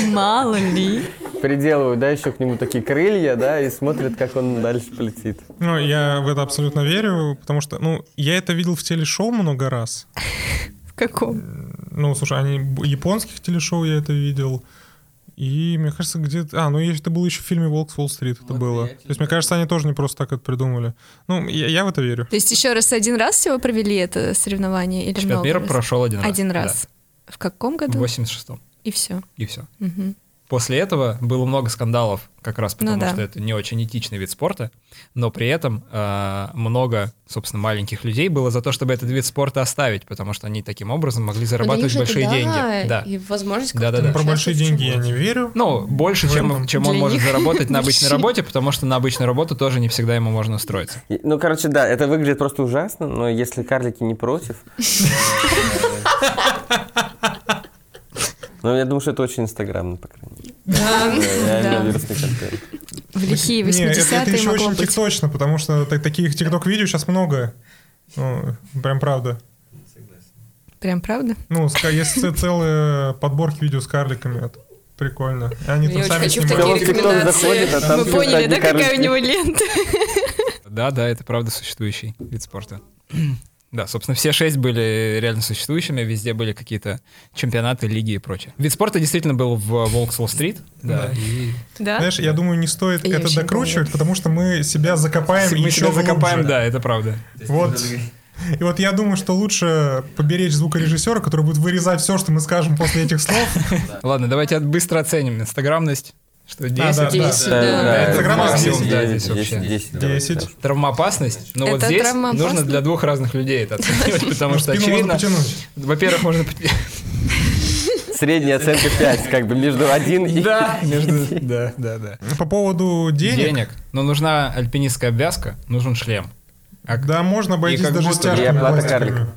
C: мало ли.
K: Приделывают, да, еще к нему такие крылья, да, и смотрят, как он дальше полетит.
D: Ну, я в это абсолютно верю, потому что, ну, я это видел в телешоу много раз.
C: В каком?
D: Ну, слушай, они б- японских телешоу я это видел. И мне кажется, где-то... А, ну это было еще в фильме «Волк с Уолл-стрит» это было. То есть, мне кажется, они тоже не просто так это придумали. Ну, я, я в это верю.
H: То есть еще раз один раз всего провели это соревнование или
A: Чемпионат
H: много
A: мира
H: раз?
A: прошел один раз.
H: Один раз. В каком
A: Да, в
H: году?
A: 86-м.
H: И все.
A: И все. После этого было много скандалов, как раз потому,
H: Ну да.
A: что это не очень этичный вид спорта, но при этом э, много, собственно, маленьких людей было за то, чтобы этот вид спорта оставить, потому что они таким образом
H: Ну,
A: могли зарабатывать большие деньги. Да.
B: И возможность
A: Да-да-да.
B: как-то
D: Про большие
B: участвовать в
D: деньги я
B: чём-то.
D: не верю.
A: Ну, больше, чем, чем он
H: Для
A: может
H: них <laughs>
A: заработать на обычной
H: большие.
A: работе, потому что на обычную работу тоже не всегда ему можно устроиться.
K: И- Ну, короче, да, это выглядит просто ужасно, но если карлики не против... э, Ну, я думаю, что это очень инстаграмно, по крайней мере. Я имею вирусный контент.
H: В лихие
D: Не, это, это
H: 80-е
D: еще
H: могло
D: очень
H: быть.
D: тикточно, потому что та- таких тикток-видео сейчас много. Ну, прям правда.
H: Прям правда?
D: Ну, ска- есть ц- целые подборки видео с карликами. Это прикольно. И они
B: Я
D: там
B: очень
D: сами
B: хочу в
D: снимают.
B: такие
K: Кто в TikTok заходит, а там
H: Вы
K: всё
H: поняли,
K: одни
H: да, какая
K: карлики.
H: у него лента?
A: Да, да, это правда существующий вид спорта. <clears throat> Да, собственно, все шесть были реально существующими, везде были какие-то чемпионаты, лиги и прочее. Вид спорта действительно был в Волкс стрит да, и
H: <laughs> Да.
D: Знаешь, я думаю, не стоит
H: Я
D: это
H: очень
D: докручивать, потому что мы себя закопаем
A: <laughs> мы
D: еще
A: себя закопаем,
D: глубже.
A: да, это правда.
D: Вот. И вот я думаю, что лучше поберечь звукорежиссера, который будет вырезать все, что мы скажем после
A: <laughs>
D: этих слов.
A: Ладно, давайте от- быстро оценим инстаграмность. Что, 10?
D: да, да.
B: Здесь, да.
D: Инстаграм
A: максимум,
D: здесь
A: да, здесь
K: 10,
A: вообще.
K: 10, давай,
D: 10.
K: да.
A: Травмоопасность? Ну вот
H: Это
A: здесь
H: травмоопасно?
A: нужно для двух разных людей
D: <laughs>
A: это оценивать, потому что,
D: ну, Спину
A: очевидно,
D: можно потянуть.
A: во-первых, можно...
D: <laughs>
K: Средняя оценка 5, как бы между 1 и...
A: Да, <laughs> между... Да, да, да.
D: По поводу денег,
A: Денег. Но нужна альпинистская обвязка, нужен шлем. А к-
D: да, можно обойтись
A: как
D: даже
A: будто бы-
D: стяжками
K: И оплата
D: пластиковыми.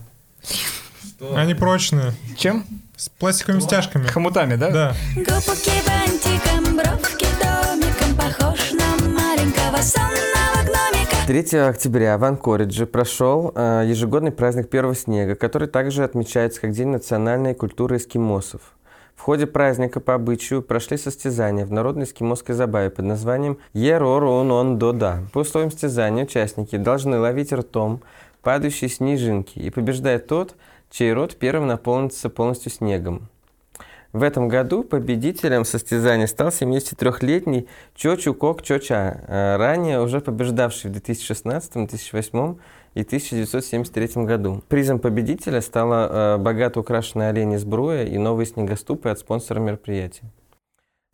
D: Они прочные.
A: Чем?
D: С пластиковыми стяжками.
A: Хомутами, да?
D: Да.
F: Губки бантиком, бровки домиком Похож на маленького сонного гномика
K: 3 октября в Анкоридже прошел э, ежегодный праздник первого снега, который также отмечается как День национальной культуры эскимосов. В ходе праздника по обычаю прошли состязания в народной эскимосской забаве под названием Ерорунон-Дода. По условиям стязания участники должны ловить ртом падающие снежинки и побеждает тот, чей рот первым наполнится полностью снегом. В этом году победителем состязания стал 73-летний Чочу Кок Чоча, э, ранее уже побеждавший в 2016, 2008 и 1973 году. Призом победителя стала э, богато украшенная олень из бруя и новые снегоступы от спонсора мероприятия.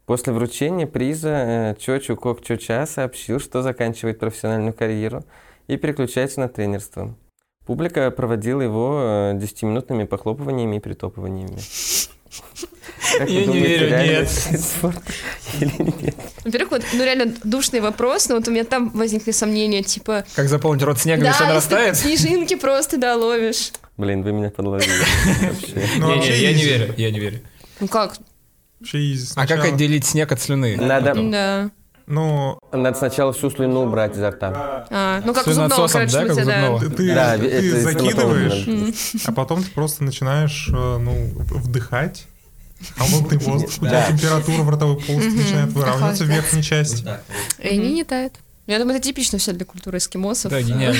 K: После вручения приза э, Чочу Кок Чоча сообщил, что заканчивает профессиональную карьеру и переключается на тренерство. Публика проводила его э, 10-минутными похлопываниями
A: <laughs>
K: и притопываниями. Как вы
A: Я не
K: думаете,
A: верю,
K: реально
A: нет.
K: это спорт или нет?
H: Во-первых, вот, ну реально душный вопрос, но вот у меня там возникли сомнения, типа...
A: Как заполнить рот снегом, если
H: <laughs>
A: он
H: да, если ты
A: растает?
H: снежинки просто, да, ловишь.
K: Блин, вы меня подловили.
A: <laughs>
K: Вообще.
D: Ну,
A: Не-не,
D: вообще
A: я не
D: easy.
A: верю, я не верю.
H: Ну как?
D: Вообще easy
A: А как
D: сначала.
A: отделить снег от слюны?
K: Надо,
H: Да.
D: Ну,
K: надо сначала всю слюну ну, убрать изо рта.
H: А, ну как у
A: Слюна
H: зубного,
A: отсосом,
H: короче,
A: да, как у
H: шутя,
A: зубного?
D: ты, ты-
K: Да,
D: ты
K: это из
D: закидываешь,
K: стоматолога
D: а потом ты просто начинаешь э, ну, вдыхать А
A: <laughs>
D: холодный воздух, у тебя температура в ротовой полости начинает выравниваться в верхней части.
C: И они не тают.
H: Я думаю, это типично все для культуры эскимосов.
A: Да, гениально.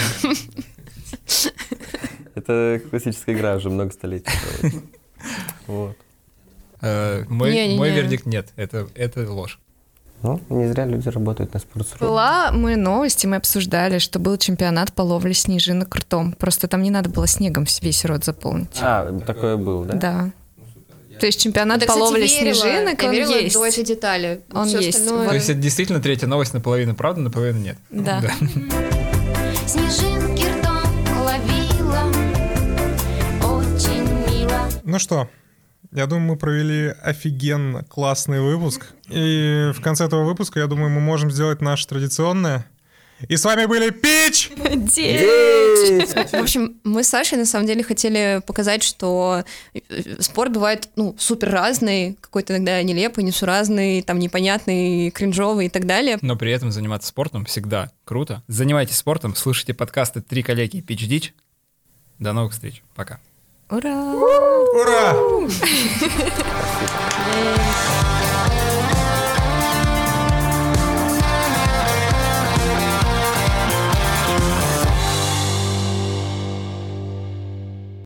K: Это классическая игра уже много столетий. проводится. Вот.
A: Э, Мой
H: Не-не-не.
A: мой вердикт нет, это это ложь.
K: Ну, не зря люди работают на спортсру.
C: Была мы новости, мы обсуждали, что был чемпионат по ловле снежинок ртом. Просто там не надо было снегом весь рот заполнить.
K: А, такое было, да?
C: Да.
H: Ну,
C: То есть чемпионат
H: Надо,
C: по
H: кстати,
C: ловле
H: верила.
C: снежинок,
H: Я
C: он
H: верила
C: есть.
H: до этой детали.
C: Он
H: Всё
C: есть.
H: остальное-
A: То есть это действительно третья новость наполовину правда, наполовину нет.
H: <laughs>
C: Да.
F: Снежинки ртом ловила Очень мило
D: Ну что, я думаю, мы провели офигенно классный выпуск. И в конце этого выпуска, я думаю, мы можем сделать наше традиционное. И с вами были Пич!
H: В общем, мы с Сашей на самом деле хотели показать, что э, э, спорт бывает ну, супер разный, какой-то иногда нелепый, несуразный, там непонятный, кринжовый и так далее.
A: Но при этом заниматься спортом всегда круто. Занимайтесь спортом, слушайте подкасты «Три коллеги» и «Пич Дич». До новых встреч. Пока.
C: Ура!
D: Ура!